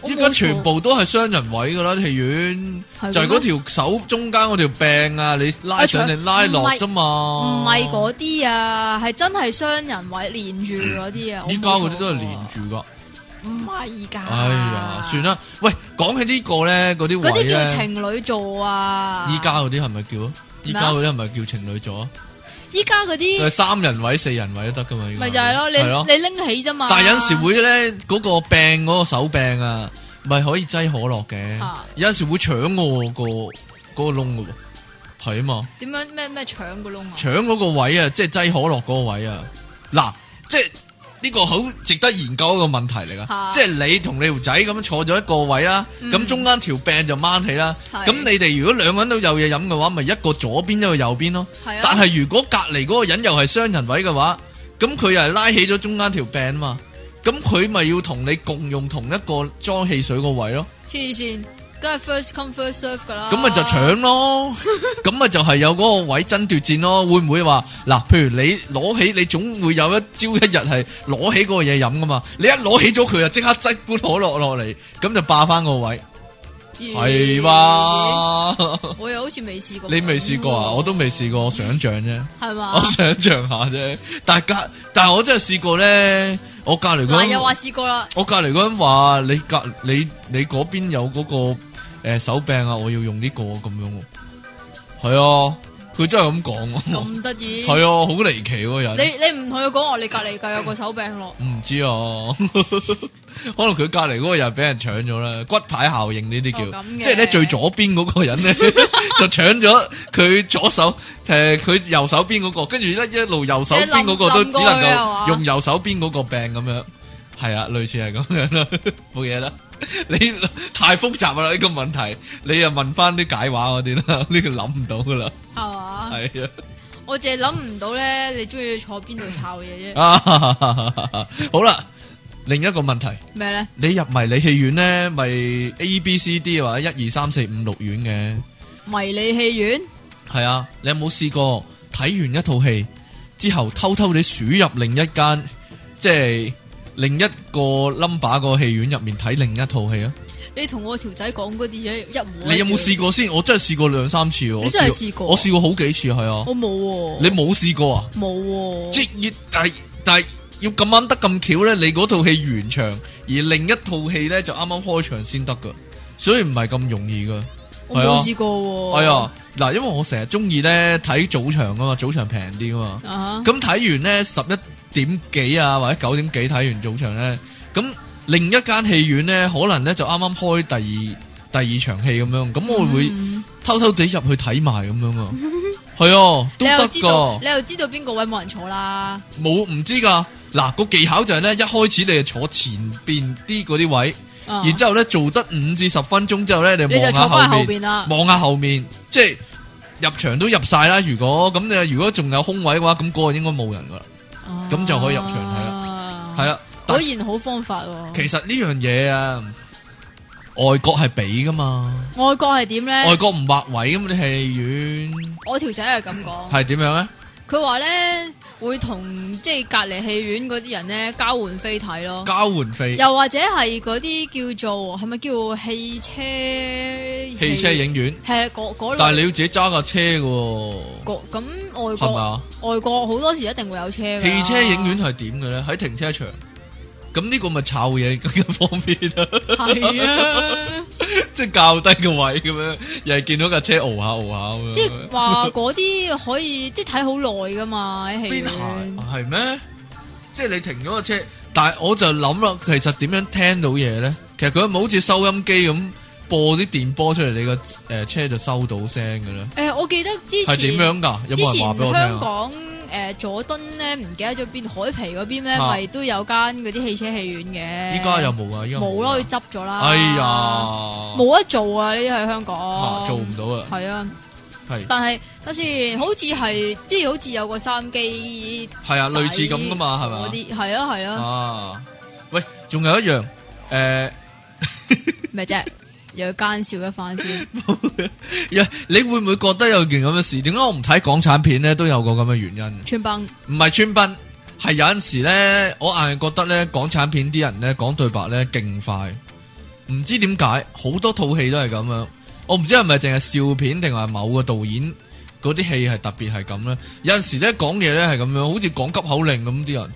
Speaker 2: 我冇
Speaker 1: 依
Speaker 2: 坐？
Speaker 1: 家全部都係雙人位噶啦，戲院
Speaker 2: 係嘅咩哎
Speaker 1: 就係嗰條手中間嗰條柄啊，你拉上定拉落啫
Speaker 2: 唔
Speaker 1: 嘛，
Speaker 2: 係嗰啲啊，係真係雙人位連住嗰啲啊。
Speaker 1: 依家嗰啲都係連
Speaker 2: 連，
Speaker 1: 住噶，
Speaker 2: 唔係㗎。
Speaker 1: 哎呀，算。啦。喂，講起呢個咧，嗰啲
Speaker 2: 嗰
Speaker 1: 位
Speaker 2: 啲叫
Speaker 1: 咧，
Speaker 2: 情侶座啊！
Speaker 1: 依家嗰啲係咪叫啊？依家嗰啲係咪叫情侶座啊？
Speaker 2: 依家嗰
Speaker 1: 佢係
Speaker 2: 啲
Speaker 1: 三人位、四人位都得噶嘛？依家
Speaker 2: 咪就係咯，
Speaker 1: 係
Speaker 2: 你你拎起啫嘛。
Speaker 1: 但係有陣時會咧，嗰、個病嗰個手柄啊，咪可以擠可樂嘅。
Speaker 2: 啊
Speaker 1: 有陣時會搶我個嗰個窿嘅喎，係啊嘛，
Speaker 2: 點樣咩咩搶個窿啊？
Speaker 1: 搶嗰個位啊，即係擠可樂嗰個位啊。嗱，即係呢個好值得研究一個問題嚟噶。
Speaker 2: 啊
Speaker 1: 即係你同你條仔咁坐咗一個位啦，
Speaker 2: 嗯
Speaker 1: 咁、中間條柄就掹起啦。
Speaker 2: 係
Speaker 1: 咁你哋如果兩個人都有嘢飲嘅話，咪一個左邊一個右邊咯。
Speaker 2: 係啊，
Speaker 1: 但係如果隔離嗰個人又係雙人位嘅話，咁佢又係拉起咗中間條柄啊嘛，咁佢咪要同你共用同一個裝汽水個位咯，
Speaker 2: 黐線，梗係 first come first serve 噶啦。
Speaker 1: 咁咪就搶咯，咁咪就係有嗰個位爭奪戰咯，會唔會話嗱？譬如你攞起，你總會有一朝一日係攞起嗰個嘢飲噶嘛，你一攞起咗佢就即刻擠杯可樂落嚟，咁就霸翻個位，
Speaker 2: 咦
Speaker 1: 係？嘛？
Speaker 2: 我又好似未試過。
Speaker 1: 你未試過啊？我都未試過，我想像啫。
Speaker 2: 係
Speaker 1: 我
Speaker 2: 嘛？
Speaker 1: 想象下啫，但系隔，但系我真系试过咧，我隔篱嗰
Speaker 2: 嗱，又話
Speaker 1: 人，
Speaker 2: 試過啦，
Speaker 1: 我隔篱嗰人话你隔你你嗰边有嗰、個个诶、呃手柄啊，我要用呢、個个咁样喎，系啊，佢真系咁讲，
Speaker 2: 咁得意。
Speaker 1: 系啊，好离奇嗰人，
Speaker 2: 你你唔同佢講我，你隔離計有個手柄咯。
Speaker 1: 唔知啊， 可能佢隔篱嗰个人俾人抢咗啦，骨牌效应呢啲叫，
Speaker 2: 哦咁嘅
Speaker 1: 即系咧最左边嗰个人 咧就抢咗佢左手，诶、佢右手边嗰、個，个，跟住咧一路右手边嗰个都
Speaker 2: 即係冧
Speaker 1: 只能
Speaker 2: 冧過佢係
Speaker 1: 够
Speaker 2: 嘛
Speaker 1: 用右手边嗰个柄咁样，系啊，类似系咁样啦， 冇嘢啦。你太複雜啦呢、個問題，你又問翻啲解話嗰啲啦，呢個諗唔到噶啦，
Speaker 2: 係嘛？
Speaker 1: 係啊。
Speaker 2: 我淨係諗唔到咧，你中意坐邊度抄嘢啫？
Speaker 1: 啊，好啦，另一個問題。
Speaker 2: 咩咧？
Speaker 1: 你入迷你戲院咧，咪 A、B、C、D 或者一二三四五六院
Speaker 2: 迷你戲院
Speaker 1: 嘅，係啊，你有冇試過睇完一套戲之後偷偷地鼠入另一間，即係另一個 number 個戲院入面睇另一套戲啊？
Speaker 2: 你同我條仔講嗰啲嘢一模一樣。
Speaker 1: 你有冇試過先？我真係試過兩三次喎，
Speaker 2: 你真係
Speaker 1: 我
Speaker 2: 試過哦
Speaker 1: 我試過好幾次係啊，
Speaker 2: 我冇喎。
Speaker 1: 你冇試過啊？
Speaker 2: 冇喎。
Speaker 1: 即係但係但係要咁啱得咁巧咧，你嗰套戲完場，而另一套戲咧就啱啱開場先得噶，所以唔係咁容易噶。
Speaker 2: 我冇試過喎。
Speaker 1: 系啊，嗱，因為我成日中意咧睇早場噶嘛，早場平啲噶嘛。
Speaker 2: 啊哈，
Speaker 1: 咁睇完咧十一點幾啊，或者九點幾睇完早場咧，咁另一間戲院咧可能咧就啱啱開第二第二場戲咁樣，咁我會
Speaker 2: 嗯
Speaker 1: 偷偷地入去睇埋咁樣 啊。係啊，都
Speaker 2: 你又
Speaker 1: 得
Speaker 2: 知
Speaker 1: 噶，
Speaker 2: 道你又知道邊個位冇人坐啦，
Speaker 1: 冇唔知噶。嗱，個技巧就係咧，一開始你就坐前邊啲嗰啲位，
Speaker 2: 啊
Speaker 1: 然之后咧做得五至十分鐘之後咧，
Speaker 2: 你
Speaker 1: 你
Speaker 2: 就
Speaker 1: 望
Speaker 2: 坐
Speaker 1: 下後
Speaker 2: 翻後
Speaker 1: 面。
Speaker 2: 边啦。
Speaker 1: 望下後面，即係入場都入晒啦。如果咁你如果仲有空位嘅話，咁、嗰個應該冇人噶啦，咁就可以入場睇
Speaker 2: 啦
Speaker 1: 係啦、但
Speaker 2: 果然好方法喎。
Speaker 1: 其實呢樣嘢啊，外國係俾噶嘛，
Speaker 2: 外國係點
Speaker 1: 外
Speaker 2: 咧？
Speaker 1: 國唔劃位咁嘛啲戲院
Speaker 2: 我條仔係咁講，
Speaker 1: 係點樣咧？
Speaker 2: 佢話咧會同即係隔離戲院嗰啲人咧交換飛睇咯。
Speaker 1: 交換費、
Speaker 2: 又或者係嗰啲叫做係咪叫汽車
Speaker 1: 汽
Speaker 2: 汽
Speaker 1: 車影院，
Speaker 2: 系嗰嗰類
Speaker 1: 但係你要自己揸架車嘅喎，
Speaker 2: 嗰咁
Speaker 1: 係
Speaker 2: 外
Speaker 1: 咪
Speaker 2: 國
Speaker 1: 啊？
Speaker 2: 外國好多時一定會有車㗎。
Speaker 1: 汽車影院係點嘅咧？喺停車場咁呢個咪抄嘢更加方便啦，
Speaker 2: 系 啊，
Speaker 1: 即係較低個位咁樣，又係見到架車哦熬下熬下咁樣。
Speaker 2: 即系话嗰啲可以即系睇好耐噶嘛喺戲
Speaker 1: 邊
Speaker 2: 院
Speaker 1: 行係咩？即係你停咗個車，但係我就諗啦，其實點樣聽到嘢咧？其實佢有冇好似收音機咁播啲電波出嚟，你個诶車就收到聲嘅咧？
Speaker 2: 诶，我記得之
Speaker 1: 係
Speaker 2: 前
Speaker 1: 點樣㗎？有
Speaker 2: 之
Speaker 1: 冇人話
Speaker 2: 前
Speaker 1: 俾我聽
Speaker 2: 香
Speaker 1: 啊？
Speaker 2: 港诶佐敦咧，唔記得咗邊海皮嗰邊咧，
Speaker 1: 啊
Speaker 2: 咪都有間嗰啲汽車戲院嘅。
Speaker 1: 依家有冇啊？依家
Speaker 2: 冇
Speaker 1: 啊
Speaker 2: 啦，佢執咗啦。
Speaker 1: 哎呀，
Speaker 2: 冇得做啊！呢啲喺香
Speaker 1: 啊
Speaker 2: 港
Speaker 1: 做唔到啊，
Speaker 2: 係啊，
Speaker 1: 係
Speaker 2: 但係等先，好似係即係好似有個三機
Speaker 1: 係啊，
Speaker 2: 仔
Speaker 1: 類似咁噶嘛，係咪啊
Speaker 2: 嗰？啲係啊係啊，
Speaker 1: 啊，喂，仲有一樣，诶、
Speaker 2: 咪啫，又要奸笑一番先。
Speaker 1: 呀你會唔會覺得有件咁嘅事？點解我唔睇港產片咧，都有個咁嘅原因？
Speaker 2: 穿崩
Speaker 1: 唔係穿崩，係有阵時咧，我硬係覺得咧，港產片啲人咧講對白咧勁快，唔知點解好多套戲都係咁樣。我唔知係咪淨係笑片定係某個導演嗰啲戲係特別係咁咧？有阵時咧講嘢咧係咁樣，好似講急口令咁啲人，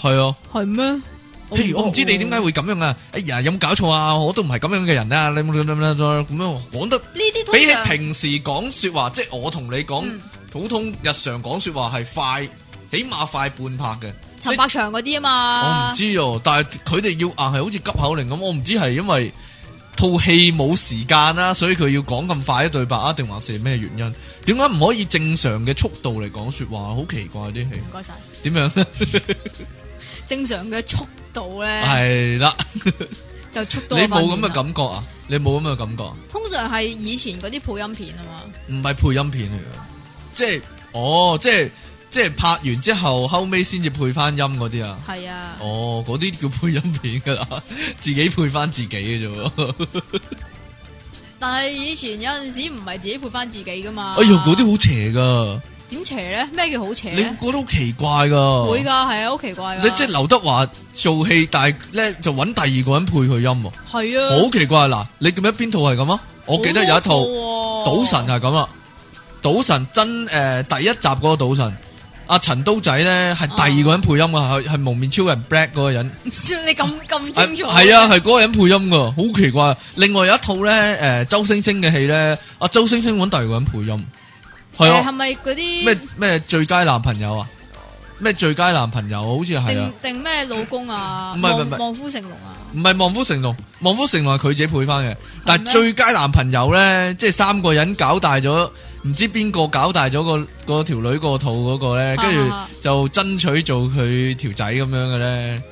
Speaker 1: 係啊。
Speaker 2: 係咩？哦
Speaker 1: 譬如 我唔知你點解
Speaker 2: 呢
Speaker 1: 會咁樣啊！哎呀，有冇搞錯啊？我都唔係咁樣嘅人啊！你冇咁樣咁樣講得，
Speaker 2: 啲
Speaker 1: 比
Speaker 2: 通
Speaker 1: 起
Speaker 2: 常
Speaker 1: 平時講说話，即係我同你講
Speaker 2: 嗯
Speaker 1: 普通日常講说話係快，起碼快半拍嘅。
Speaker 2: 陳百祥嗰啲啊嘛
Speaker 1: 我唔，知哦，但係佢哋要硬係好似急口令咁，我唔知係因為套戲冇時間啦，所以佢要講咁快啲對白啊，定還是咩原因？點解唔可以正常嘅速度嚟講说話？好奇怪啲戲
Speaker 2: 唔該晒。
Speaker 1: 點樣 咧？
Speaker 2: 正常嘅速度咧，
Speaker 1: 係啦，
Speaker 2: 就速度
Speaker 1: 你冇咁嘅。感覺啊？你冇咁嘅感覺啊？
Speaker 2: 通常係以前嗰啲配音片啊嘛，
Speaker 1: 唔係配音片嚟嘅，即係哦，即係即係拍完之後，後尾先至配翻音嗰啲啊。
Speaker 2: 係啊，
Speaker 1: 哦，嗰啲叫配音片噶 啦，自己配翻自己嘅啫
Speaker 2: 啊
Speaker 1: 喎。
Speaker 2: 但係以前有陣時唔係自己配翻自己噶嘛。
Speaker 1: 哎呀，嗰啲好邪噶，
Speaker 2: 點邪啊咧？咩叫好邪
Speaker 1: 你
Speaker 2: 咧？
Speaker 1: 覺得好奇怪噶。
Speaker 2: 會㗎，係啊，好奇怪㗎。
Speaker 1: 你即係劉德華做戲，但係咧就揾第二個人配佢音喎，
Speaker 2: 係啊，
Speaker 1: 好奇怪嗱。你記唔記得邊套係咁啊？我記得有一套《賭
Speaker 2: 賭
Speaker 1: 神》係咁啦，《賭神》真诶、呃第一集嗰個《賭神》，阿陳刀仔咧係第二個人配音啊，係係蒙面超人 Black 嗰個人。
Speaker 2: 你咁咁清楚？
Speaker 1: 系啊，系嗰個人配音噶，好奇怪。另外有一套咧，诶、周星星嘅戲咧，阿周星星揾第二個人配音，係
Speaker 2: 誒係
Speaker 1: 啊，
Speaker 2: 咪嗰啲
Speaker 1: 咩咩最佳男朋友啊，咩最佳男朋友，好似係啊
Speaker 2: 定，定咩老公啊？
Speaker 1: 唔係
Speaker 2: 望
Speaker 1: 唔係唔係
Speaker 2: 望夫成龍啊？
Speaker 1: 唔係望夫成龍，望夫成龍係佢自己配翻嘅，但係
Speaker 2: 咩
Speaker 1: 最佳男朋友咧，即係三個人搞大咗，唔知邊個搞大咗個個條女個肚嗰個咧，跟住
Speaker 2: 啊
Speaker 1: 就爭取做佢條仔咁樣嘅咧。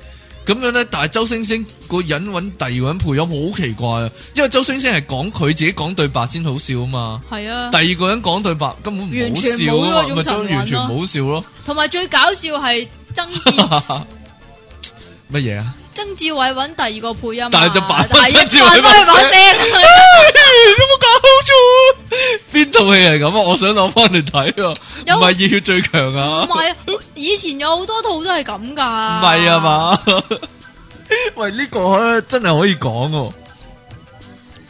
Speaker 1: 咁樣咧，但係周星星個人揾第二個人配音好奇怪啊，因為周星星係講佢自己講對白先好笑啊嘛，
Speaker 2: 係啊，
Speaker 1: 第二個人講對白根本唔
Speaker 2: 完
Speaker 1: 好
Speaker 2: 全冇
Speaker 1: 笑啊嘛，
Speaker 2: 嗰種
Speaker 1: 咪就
Speaker 2: 神韻
Speaker 1: 完全
Speaker 2: 咯
Speaker 1: 唔好笑咯。
Speaker 2: 同埋最搞笑係曾志
Speaker 1: 乜嘢啊？
Speaker 2: 曾志偉揾第二個配音啊，
Speaker 1: 但係就扮
Speaker 2: 但係一
Speaker 1: 曾志偉
Speaker 2: 扮翻佢把 聲。
Speaker 1: 哎有冇搞错？边套戏系咁啊？我想攞翻嚟睇啊！
Speaker 2: 有
Speaker 1: 唔系热血最强啊？
Speaker 2: 唔係，以前有好多套都係咁
Speaker 1: 唔
Speaker 2: 噶。
Speaker 1: 系啊？嘛？ 喂，呢、个咧真系可以讲喎。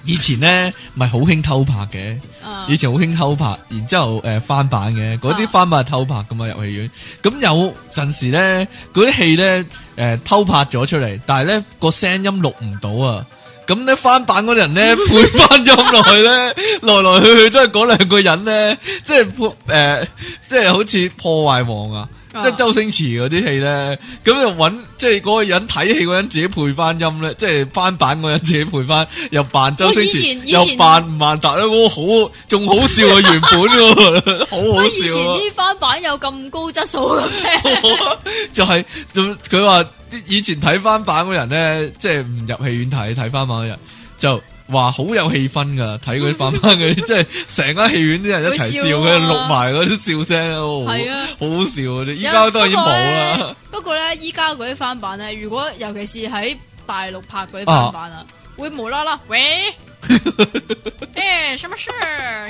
Speaker 1: 以前咧，咪好兴偷拍嘅，
Speaker 2: 啊
Speaker 1: 以前好兴偷拍，然之后诶、呃翻版嘅，嗰啲
Speaker 2: 啊
Speaker 1: 翻版系偷拍噶嘛，入戏院。咁有阵时咧，嗰啲戏咧诶偷拍咗出嚟，但系咧个声音录唔到啊。咁咧翻版嗰啲人 咧配翻音落去咧，来来去去都系嗰兩個人咧，即係破诶，即係好似破壞王啊，
Speaker 2: 啊
Speaker 1: 即係周星馳嗰啲戲咧，咁就揾即係嗰個人睇戲嗰個人自己配翻音咧，即係翻版嗰個人自己配翻，又扮周星
Speaker 2: 喂以
Speaker 1: 馳，
Speaker 2: 前以
Speaker 1: 又
Speaker 2: 前
Speaker 1: 扮吳孟達咧，嗰個好仲好笑啊原本嗰個 好
Speaker 2: 乜
Speaker 1: 好
Speaker 2: 以前
Speaker 1: 笑啊！
Speaker 2: 啲翻版有咁高質素嘅咩？
Speaker 1: 就係仲佢話啲以前睇翻版嗰人咧，即係唔入戲院睇睇翻版嗰人，就話好有氣氛噶，睇佢翻版 嗰啲，即係成間戲院啲人一齊笑，
Speaker 2: 會
Speaker 1: 佢
Speaker 2: 笑啊
Speaker 1: 錄埋嗰啲笑聲哦好
Speaker 2: 係啊
Speaker 1: 好好笑嗰啲。依家當然冇啦，
Speaker 2: 不過咧，依家嗰啲
Speaker 1: 啊
Speaker 2: 翻版咧，如果尤其是喺大陸拍嗰啲翻版啊，會無啦啦喂诶，什么事儿？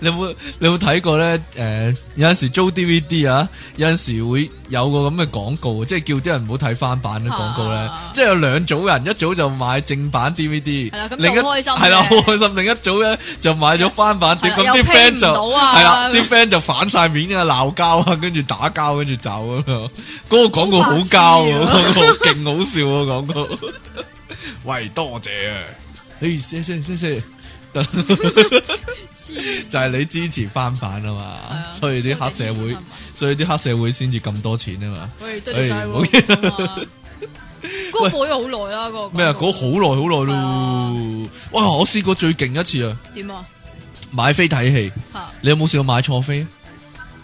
Speaker 1: 你有冇你有冇睇過咧？诶、有阵时租 DVD 啊，有阵時會有個咁嘅廣告，即係叫啲人唔好睇翻版嘅廣告咧。
Speaker 2: 啊
Speaker 1: 即係有兩組人，一組就買正版 DVD，
Speaker 2: 係啦咁就
Speaker 1: 另一
Speaker 2: 好開心嘅
Speaker 1: 係啦，好開心。另一組咧就買咗翻版碟，
Speaker 2: 係啦
Speaker 1: 咁啲
Speaker 2: 又
Speaker 1: friend 就
Speaker 2: 飛唔到啊
Speaker 1: 係啦，啲 friend 就反晒面啊，鬧交啊，跟住打交，跟住走咁樣。嗰、個廣告好交啊，
Speaker 2: 好白
Speaker 1: 嗰個勁好笑啊，廣告。喂，多謝啊！嘿，謝謝謝謝。
Speaker 2: 黐
Speaker 1: 就係你支持翻版啊嘛， 所以啲黑社會，
Speaker 2: 啊
Speaker 1: 所以啲黑社會先至咁多錢啊嘛。
Speaker 2: 喂，多謝晒
Speaker 1: 哎
Speaker 2: 喎
Speaker 1: 冇
Speaker 2: 咁啊嗰個播咗好耐啦，嗰個
Speaker 1: 咩啊？嗰
Speaker 2: 廣告
Speaker 1: 好耐好耐
Speaker 2: 係
Speaker 1: 咯
Speaker 2: 啊。
Speaker 1: 哇！我試過最勁一次啊，
Speaker 2: 點啊？
Speaker 1: 買飛睇戲。
Speaker 2: 吓
Speaker 1: 你有冇試過買錯飛？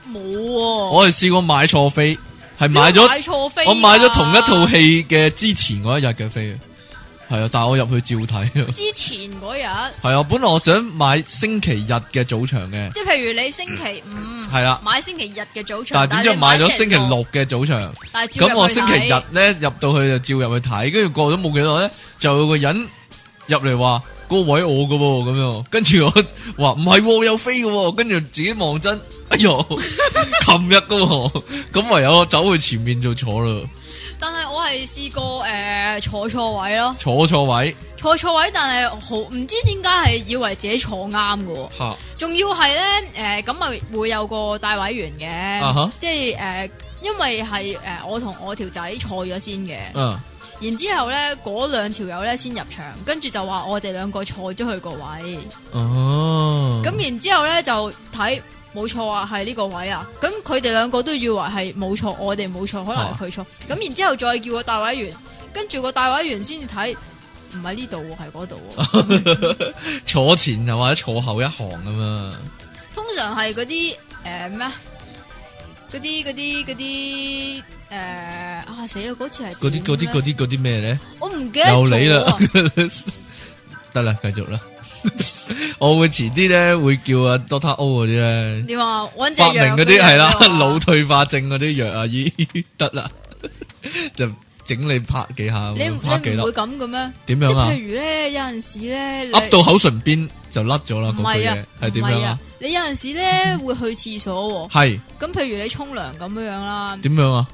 Speaker 2: 冇喎，
Speaker 1: 我係試過買錯飛，係買咗
Speaker 2: 買錯飛㗎，
Speaker 1: 我買啊咗同一套戲嘅之前嗰一日嘅飛，係啊，但我入去照睇啊。
Speaker 2: 之前嗰日，
Speaker 1: 係啊，本來我想買星期日嘅早場嘅，
Speaker 2: 即係譬如你星期五
Speaker 1: 係啦，
Speaker 2: 買星期日嘅早
Speaker 1: 但
Speaker 2: 場，
Speaker 1: 係點知
Speaker 2: 係
Speaker 1: 我
Speaker 2: 你
Speaker 1: 買咗星期
Speaker 2: 六
Speaker 1: 六嘅早場。
Speaker 2: 但係照
Speaker 1: 咁我
Speaker 2: 入去
Speaker 1: 星期日
Speaker 2: 睇
Speaker 1: 咧入到去就照入去睇，跟住過咗冇幾耐咧，就有個人入嚟話嗰個位我噶喎，咁樣，跟住我 話唔係喎，我有飛嘅喎，跟住自己望真，哎呦， 琴日噶喎，咁唯有我走去前面就坐啦，
Speaker 2: 但係我係試過誒坐錯位咯，
Speaker 1: 坐錯位，
Speaker 2: 坐錯位，但係好唔知點解係以為自己坐啱嘅喎。
Speaker 1: 吓
Speaker 2: 仲要係咧，诶、咁咪會有個大委員嘅
Speaker 1: 哈
Speaker 2: 即係诶、誒因為係诶、誒我同我條仔坐咗先嘅，
Speaker 1: 嗯，
Speaker 2: 然之后咧嗰兩條友咧先入場，跟住就話我哋兩個坐咗去個位，
Speaker 1: 啊哦，
Speaker 2: 咁、然之后咧就睇冇錯啊，係呢個位啊，咁佢哋兩個都以為係冇錯，我哋冇錯，可能係佢錯，咁、然之后再叫個大委員，跟住個大委員先至睇，唔係呢度喎，係嗰度喎。
Speaker 1: 坐前又或者坐後一行咁啊，
Speaker 2: 通常係嗰啲诶咩啊？嗰啲嗰啲嗰啲诶啊死啦！嗰次係
Speaker 1: 嗰啲嗰啲
Speaker 2: 點
Speaker 1: 嗰
Speaker 2: 咧，
Speaker 1: 啲嗰啲咩咧？
Speaker 2: 我唔記得
Speaker 1: 有
Speaker 2: 咗
Speaker 1: 你啦
Speaker 2: 啊，
Speaker 1: 得啦，繼續啦。 我會遲啲咧，會叫啊 Doctor O 嗰啲咧，
Speaker 2: 點啊？搵隻
Speaker 1: 發明
Speaker 2: 藥啊
Speaker 1: 嗰啲係啦，
Speaker 2: 老
Speaker 1: 腦退化症嗰啲藥啊，醫 得啦，就整你拍幾下，
Speaker 2: 你
Speaker 1: 會
Speaker 2: 唔
Speaker 1: 拍幾
Speaker 2: 你
Speaker 1: 粒
Speaker 2: 唔會，咁嘅咩？
Speaker 1: 點
Speaker 2: 即係
Speaker 1: 樣啊？
Speaker 2: 譬如咧，有陣時咧，你
Speaker 1: 噏到口唇邊就甩咗啦，嗰
Speaker 2: 唔
Speaker 1: 句
Speaker 2: 係
Speaker 1: 嘢
Speaker 2: 啊，
Speaker 1: 係點
Speaker 2: 唔
Speaker 1: 樣
Speaker 2: 係
Speaker 1: 啊
Speaker 2: 啊？？你有陣時咧會去廁所喎，
Speaker 1: 係
Speaker 2: 咁譬如你沖涼咁樣樣啦，
Speaker 1: 點樣啊？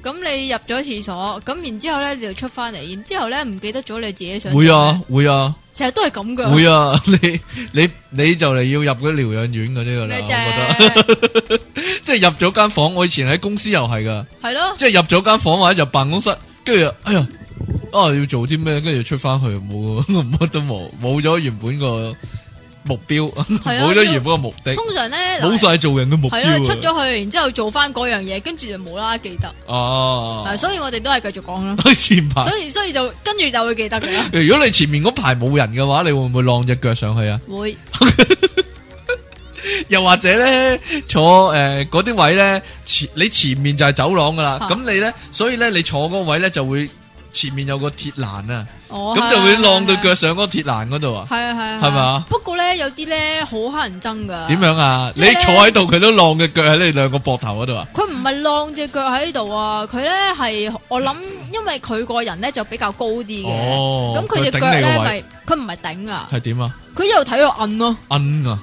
Speaker 2: 咁你入咗廁所，咁然之後咧你就出翻嚟，然之後咧唔記得咗你自己想
Speaker 1: 會
Speaker 2: 做
Speaker 1: 啊
Speaker 2: 咩，
Speaker 1: 會啊
Speaker 2: 成日都係咁噶，
Speaker 1: 會啊！ 你你你就嚟要入嗰啲療養院嗰啲噶啦，
Speaker 2: 咩
Speaker 1: 我
Speaker 2: 啫
Speaker 1: 覺得 即係入咗間房，我以前喺公司又係噶。
Speaker 2: 係咯。
Speaker 1: 即系入咗間房或者入辦公室，跟住哎呀，啊要做啲咩，跟住出翻去冇， 乜都冇，冇咗原本個目標，
Speaker 2: 啊
Speaker 1: 冇咗原本個目的，
Speaker 2: 通常咧，
Speaker 1: 冇晒做人嘅目
Speaker 2: 系啦，出
Speaker 1: 標啊
Speaker 2: 咗去，然之后做翻嗰樣嘢，跟住就冇啦啦記得。
Speaker 1: 啊！
Speaker 2: 嗱，
Speaker 1: 啊，
Speaker 2: 所以我哋都係繼續講啦。
Speaker 1: 前排
Speaker 2: 所以所以就跟住就會記得噶 啦。
Speaker 1: 如果你前面嗰排冇人嘅話，你會唔會晾只腳上去啊？
Speaker 2: 會
Speaker 1: 又或者咧坐诶嗰啲位咧，前你前面就係走廊噶啦，
Speaker 2: 啊
Speaker 1: 咁、你咧，所以咧你坐嗰個位咧就會前面有個鐵欄啊，
Speaker 2: 哦，
Speaker 1: 咁就會晾到
Speaker 2: 係
Speaker 1: 腳上嗰個鐵欄嗰度啊。
Speaker 2: 啊係啊，
Speaker 1: 係咪啊？
Speaker 2: 不過咧，有啲咧好乞人憎噶。
Speaker 1: 点？样啊？你
Speaker 2: 即係
Speaker 1: 坐喺度，佢都晾嘅腳喺你兩個膊頭嗰度啊？
Speaker 2: 佢唔係晾只腳喺度啊，佢咧係我諗，因為佢個人咧就比較高啲嘅，
Speaker 1: 哦，
Speaker 2: 啊咁佢只
Speaker 1: 頂
Speaker 2: 腳
Speaker 1: 你
Speaker 2: 咧
Speaker 1: 個位
Speaker 2: 咪佢唔係頂啊，
Speaker 1: 係點啊？
Speaker 2: 佢一路睇落摁咯，
Speaker 1: 摁啊，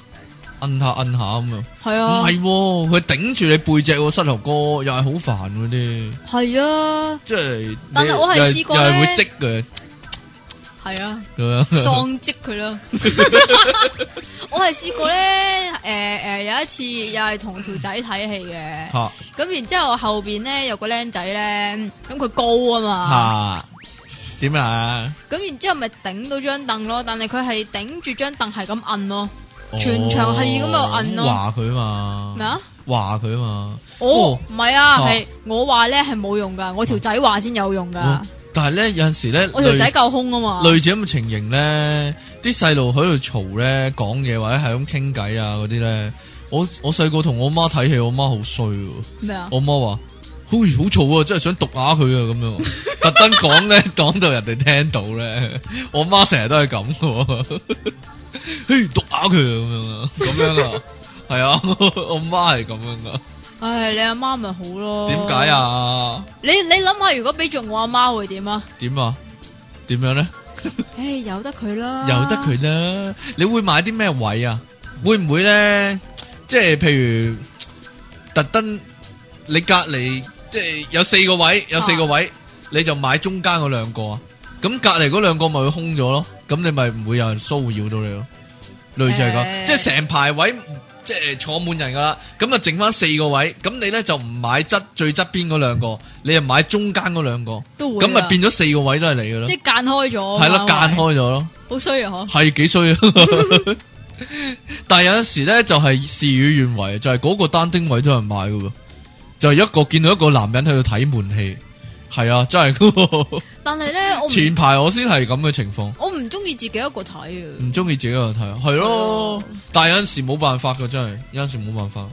Speaker 1: 摁下摁下咁
Speaker 2: 係
Speaker 1: 啊！
Speaker 2: 啊
Speaker 1: 唔，係喎，佢頂住你背脊喎，膝頭哥又係好煩嗰啲，
Speaker 2: 係啊，
Speaker 1: 即係
Speaker 2: 但係
Speaker 1: 你
Speaker 2: 我係
Speaker 1: 又
Speaker 2: 試過
Speaker 1: 又係
Speaker 2: 呢
Speaker 1: 會積嘅
Speaker 2: 係啊。
Speaker 1: 咁樣。
Speaker 2: 丧積佢啦。我係試過咧，诶、诶、有一次又係同條仔睇戲嘅，
Speaker 1: 吓
Speaker 2: 咁然之后后边咧有個僆仔咧，咁佢高啊嘛，
Speaker 1: 吓點啊？
Speaker 2: 咁然之后咪頂到張凳咯，但係佢係頂住張凳係咁摁咯，全場係咁喺度摁咯
Speaker 1: 哦話佢嘛？
Speaker 2: 咩啊？
Speaker 1: 話佢嘛？
Speaker 2: 我
Speaker 1: 哦
Speaker 2: 唔係啊，
Speaker 1: 啊
Speaker 2: 係我話咧係冇用噶，我條仔話先有用噶，
Speaker 1: 但係咧有阵时咧，
Speaker 2: 啊我條仔夠空啊嘛，
Speaker 1: 哦類似咁嘅情形咧，啲細路喺度嘈咧，講嘢或者係咁傾偈啊嗰啲咧，我我細個同我媽睇戲，我媽好衰喎，
Speaker 2: 咩啊？
Speaker 1: 我媽話：，好好嘈啊，真係想毒下佢啊咁 樣，特登講咧，講到人哋聽到咧，我媽成日都係咁嘅喎， 嘿毒下佢啊咁樣啊，咁樣啊，係啊，我媽係咁樣噶，
Speaker 2: 唉，你阿媽咪好咯？
Speaker 1: 點解？啊？
Speaker 2: 你你諗下，如果俾着我阿媽會點啊？
Speaker 1: 點啊？點樣咧？
Speaker 2: 唉，由得佢啦，
Speaker 1: 由得佢啦。你會買啲咩位啊？會唔會咧？即係譬如特登，你隔離即係有四個位，有四個位，你就買中間嗰兩個啊。咁隔離嗰兩個咪會空咗咯。咁你咪唔會有人騷擾到你咯。類似係咁，
Speaker 2: 誒
Speaker 1: 即係成排位。即係坐滿人噶啦，咁啊剩翻四個位，咁你咧就唔買側最側邊嗰兩個，你就買中間嗰兩個，
Speaker 2: 都會
Speaker 1: 咁咪
Speaker 2: 啊
Speaker 1: 變咗四個位都係你噶咯
Speaker 2: 即，係間開咗，
Speaker 1: 係啦間
Speaker 2: 間，
Speaker 1: 開咗咯。
Speaker 2: 好衰啊！嗬，
Speaker 1: 系几衰啊！但系有阵时咧，就系事与愿违，就系、嗰个单丁位都有人买噶喎，就系、一个见到一个男人喺度睇闷气，系啊，真系 噶。
Speaker 2: 但係咧，我唔
Speaker 1: 前排我先系咁嘅情况，
Speaker 2: 我唔中意自己一個睇啊，
Speaker 1: 唔中意自己喺度睇，系
Speaker 2: 哦
Speaker 1: 咯。但系有阵时冇办法噶，真系有阵时冇办法。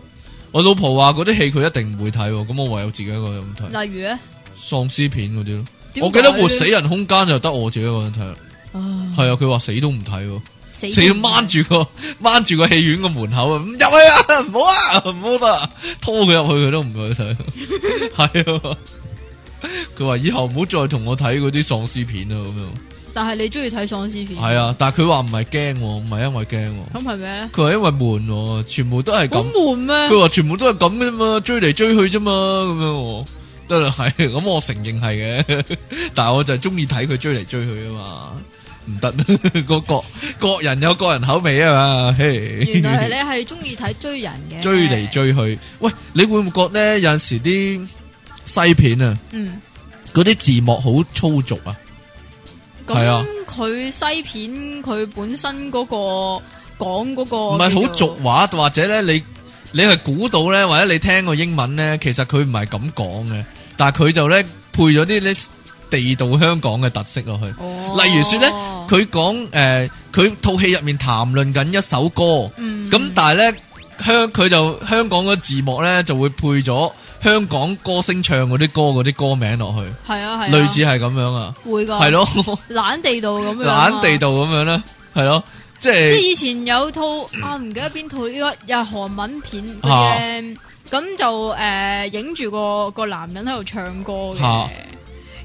Speaker 1: 我老婆話嗰啲戲佢一定唔會睇喎，咁我唯有自己一個人咁睇
Speaker 2: 例如咧，
Speaker 1: 喪屍片嗰啲咯。
Speaker 2: 點
Speaker 1: 我記得
Speaker 2: 解
Speaker 1: 活死人空間就得我自己一個人睇啦。
Speaker 2: 啊
Speaker 1: 係啊，佢話死都唔睇喎。
Speaker 2: 死
Speaker 1: 死要掹住個 掹住个戏院個門口啊！唔入去啊！ 唔好啊！唔好啦，拖佢入去佢都唔會去 睇，係啊！佢話以後唔好再同我睇嗰啲喪屍片啊咁
Speaker 2: 但係你中意睇喪屍片，
Speaker 1: 樣。係啊，但系佢話唔係驚喎，唔係因為驚喎，
Speaker 2: 咁係咩咧？
Speaker 1: 佢係因為悶喎，全部都係
Speaker 2: 好
Speaker 1: 咁。
Speaker 2: 悶咩
Speaker 1: 佢？話全部都係咁嘅啫嘛，追嚟追去啫嘛，咁樣喎。得啦，係咁我承認係嘅， 但係我就係中意睇佢追嚟追去啊嘛。唔得， 個各各人有各人口味啊嘛， 嘿。
Speaker 2: 原來你係中意睇追人嘅，
Speaker 1: 追嚟，追去。喂，你會唔會覺咧有阵时啲西片啊，
Speaker 2: 嗯，
Speaker 1: 嗰啲字幕好粗俗啊？係啊
Speaker 2: 咁佢西片佢本身嗰個講嗰個
Speaker 1: 唔係好
Speaker 2: 叫
Speaker 1: 俗
Speaker 2: 做
Speaker 1: 話，或者咧你你係估到咧，或者你聽個英文咧，其實佢唔係咁講嘅，但係佢就咧配咗啲咧地道香港嘅特色落去。
Speaker 2: 哦
Speaker 1: 例如说咧，佢講诶，佢套戲入面談論緊一首歌。
Speaker 2: 嗯
Speaker 1: 咁但系咧香佢就香港嗰字幕咧就會配咗香港歌星唱嗰啲歌嗰啲歌名落去，
Speaker 2: 係啊係啊，
Speaker 1: 類似係咁樣啊，
Speaker 2: 會㗎，
Speaker 1: 係，咯，
Speaker 2: 懶地道咁樣啊，
Speaker 1: 懶地道咁樣咧，係咯，即
Speaker 2: 即係
Speaker 1: 係嗯
Speaker 2: 以前有套啊，唔記得邊套呢個又係韓文片嗰啲咧，咁就诶影住個個男人喺度唱歌
Speaker 1: 嚇
Speaker 2: 嘅。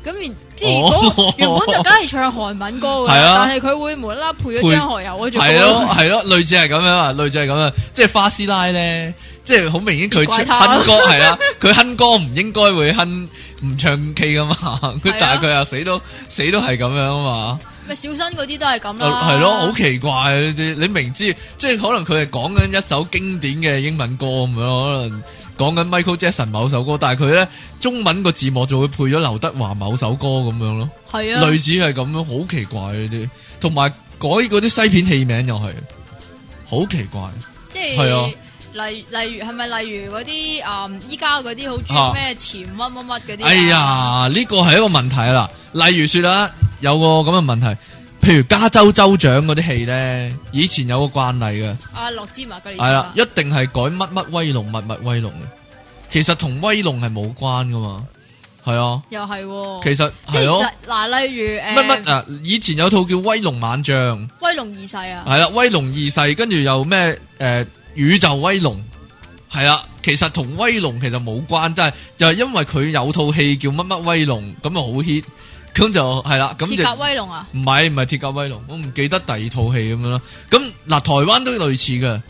Speaker 2: 咁然即係嗰個
Speaker 1: 哦
Speaker 2: 原本就梗係唱韓文歌嘅，
Speaker 1: 係啊
Speaker 2: 但係佢會無啦啦配咗張學友 嗰隻
Speaker 1: 係
Speaker 2: 歌
Speaker 1: 咯，係咯，類似係咁樣啊，類似係咁啊，即係花師奶咧，即係好明顯佢
Speaker 2: 怪
Speaker 1: 哼
Speaker 2: 他
Speaker 1: 歌係啦，佢哼歌唔應該會哼唔唱 K 噶嘛，佢
Speaker 2: 係啊
Speaker 1: 但係佢又死都死都係咁樣啊嘛。
Speaker 2: 咪小新嗰啲都係咁啦，
Speaker 1: 系咯，好奇怪啊！呢啲你明知，即系可能佢系讲紧一首经典嘅英文歌咁样，可能讲紧 Michael Jackson 某首歌，但系佢咧中文个字幕就會配咗劉德華某首歌咁樣咯，
Speaker 2: 係啊，
Speaker 1: 類似係咁樣，好奇怪啊呢啲，同埋改嗰啲西片戲名又係好奇怪，
Speaker 2: 即
Speaker 1: 係啊
Speaker 2: 係例例如係咪例如嗰啲誒依家嗰啲好中意咩潛乜乜乜嗰啲啊？
Speaker 1: 哎呀，呢個係一個問題啦。例如说啦，有個咁嘅問題，譬如加州州長嗰啲戲咧，以前有個慣例嘅。
Speaker 2: 啊，樂之麻吉列
Speaker 1: 系啦，一定系改乜乜威龙，乜乜威龙嘅。其实同威龙系冇关噶嘛，系啊，
Speaker 2: 又係喎，
Speaker 1: 其实
Speaker 2: 哦即
Speaker 1: 系咯
Speaker 2: 係，嗱，例如呃誒
Speaker 1: 乜乜啊，以前有套叫《威龙猛将》，
Speaker 2: 威龍二世啊
Speaker 1: 系，啦，威龙二世，跟住又咩诶、呃宇宙威龙，系啦，其实同威龙其实冇关，但系就系因为佢有套戏叫乜乜威龙，咁啊就好 hit，咁就系啦，咁
Speaker 2: 鐵
Speaker 1: 就
Speaker 2: 甲威龍啊，
Speaker 1: 唔係唔係鐵甲威龍，我唔記得第二套戲咁樣啦。咁嗱，台灣都類似嘅，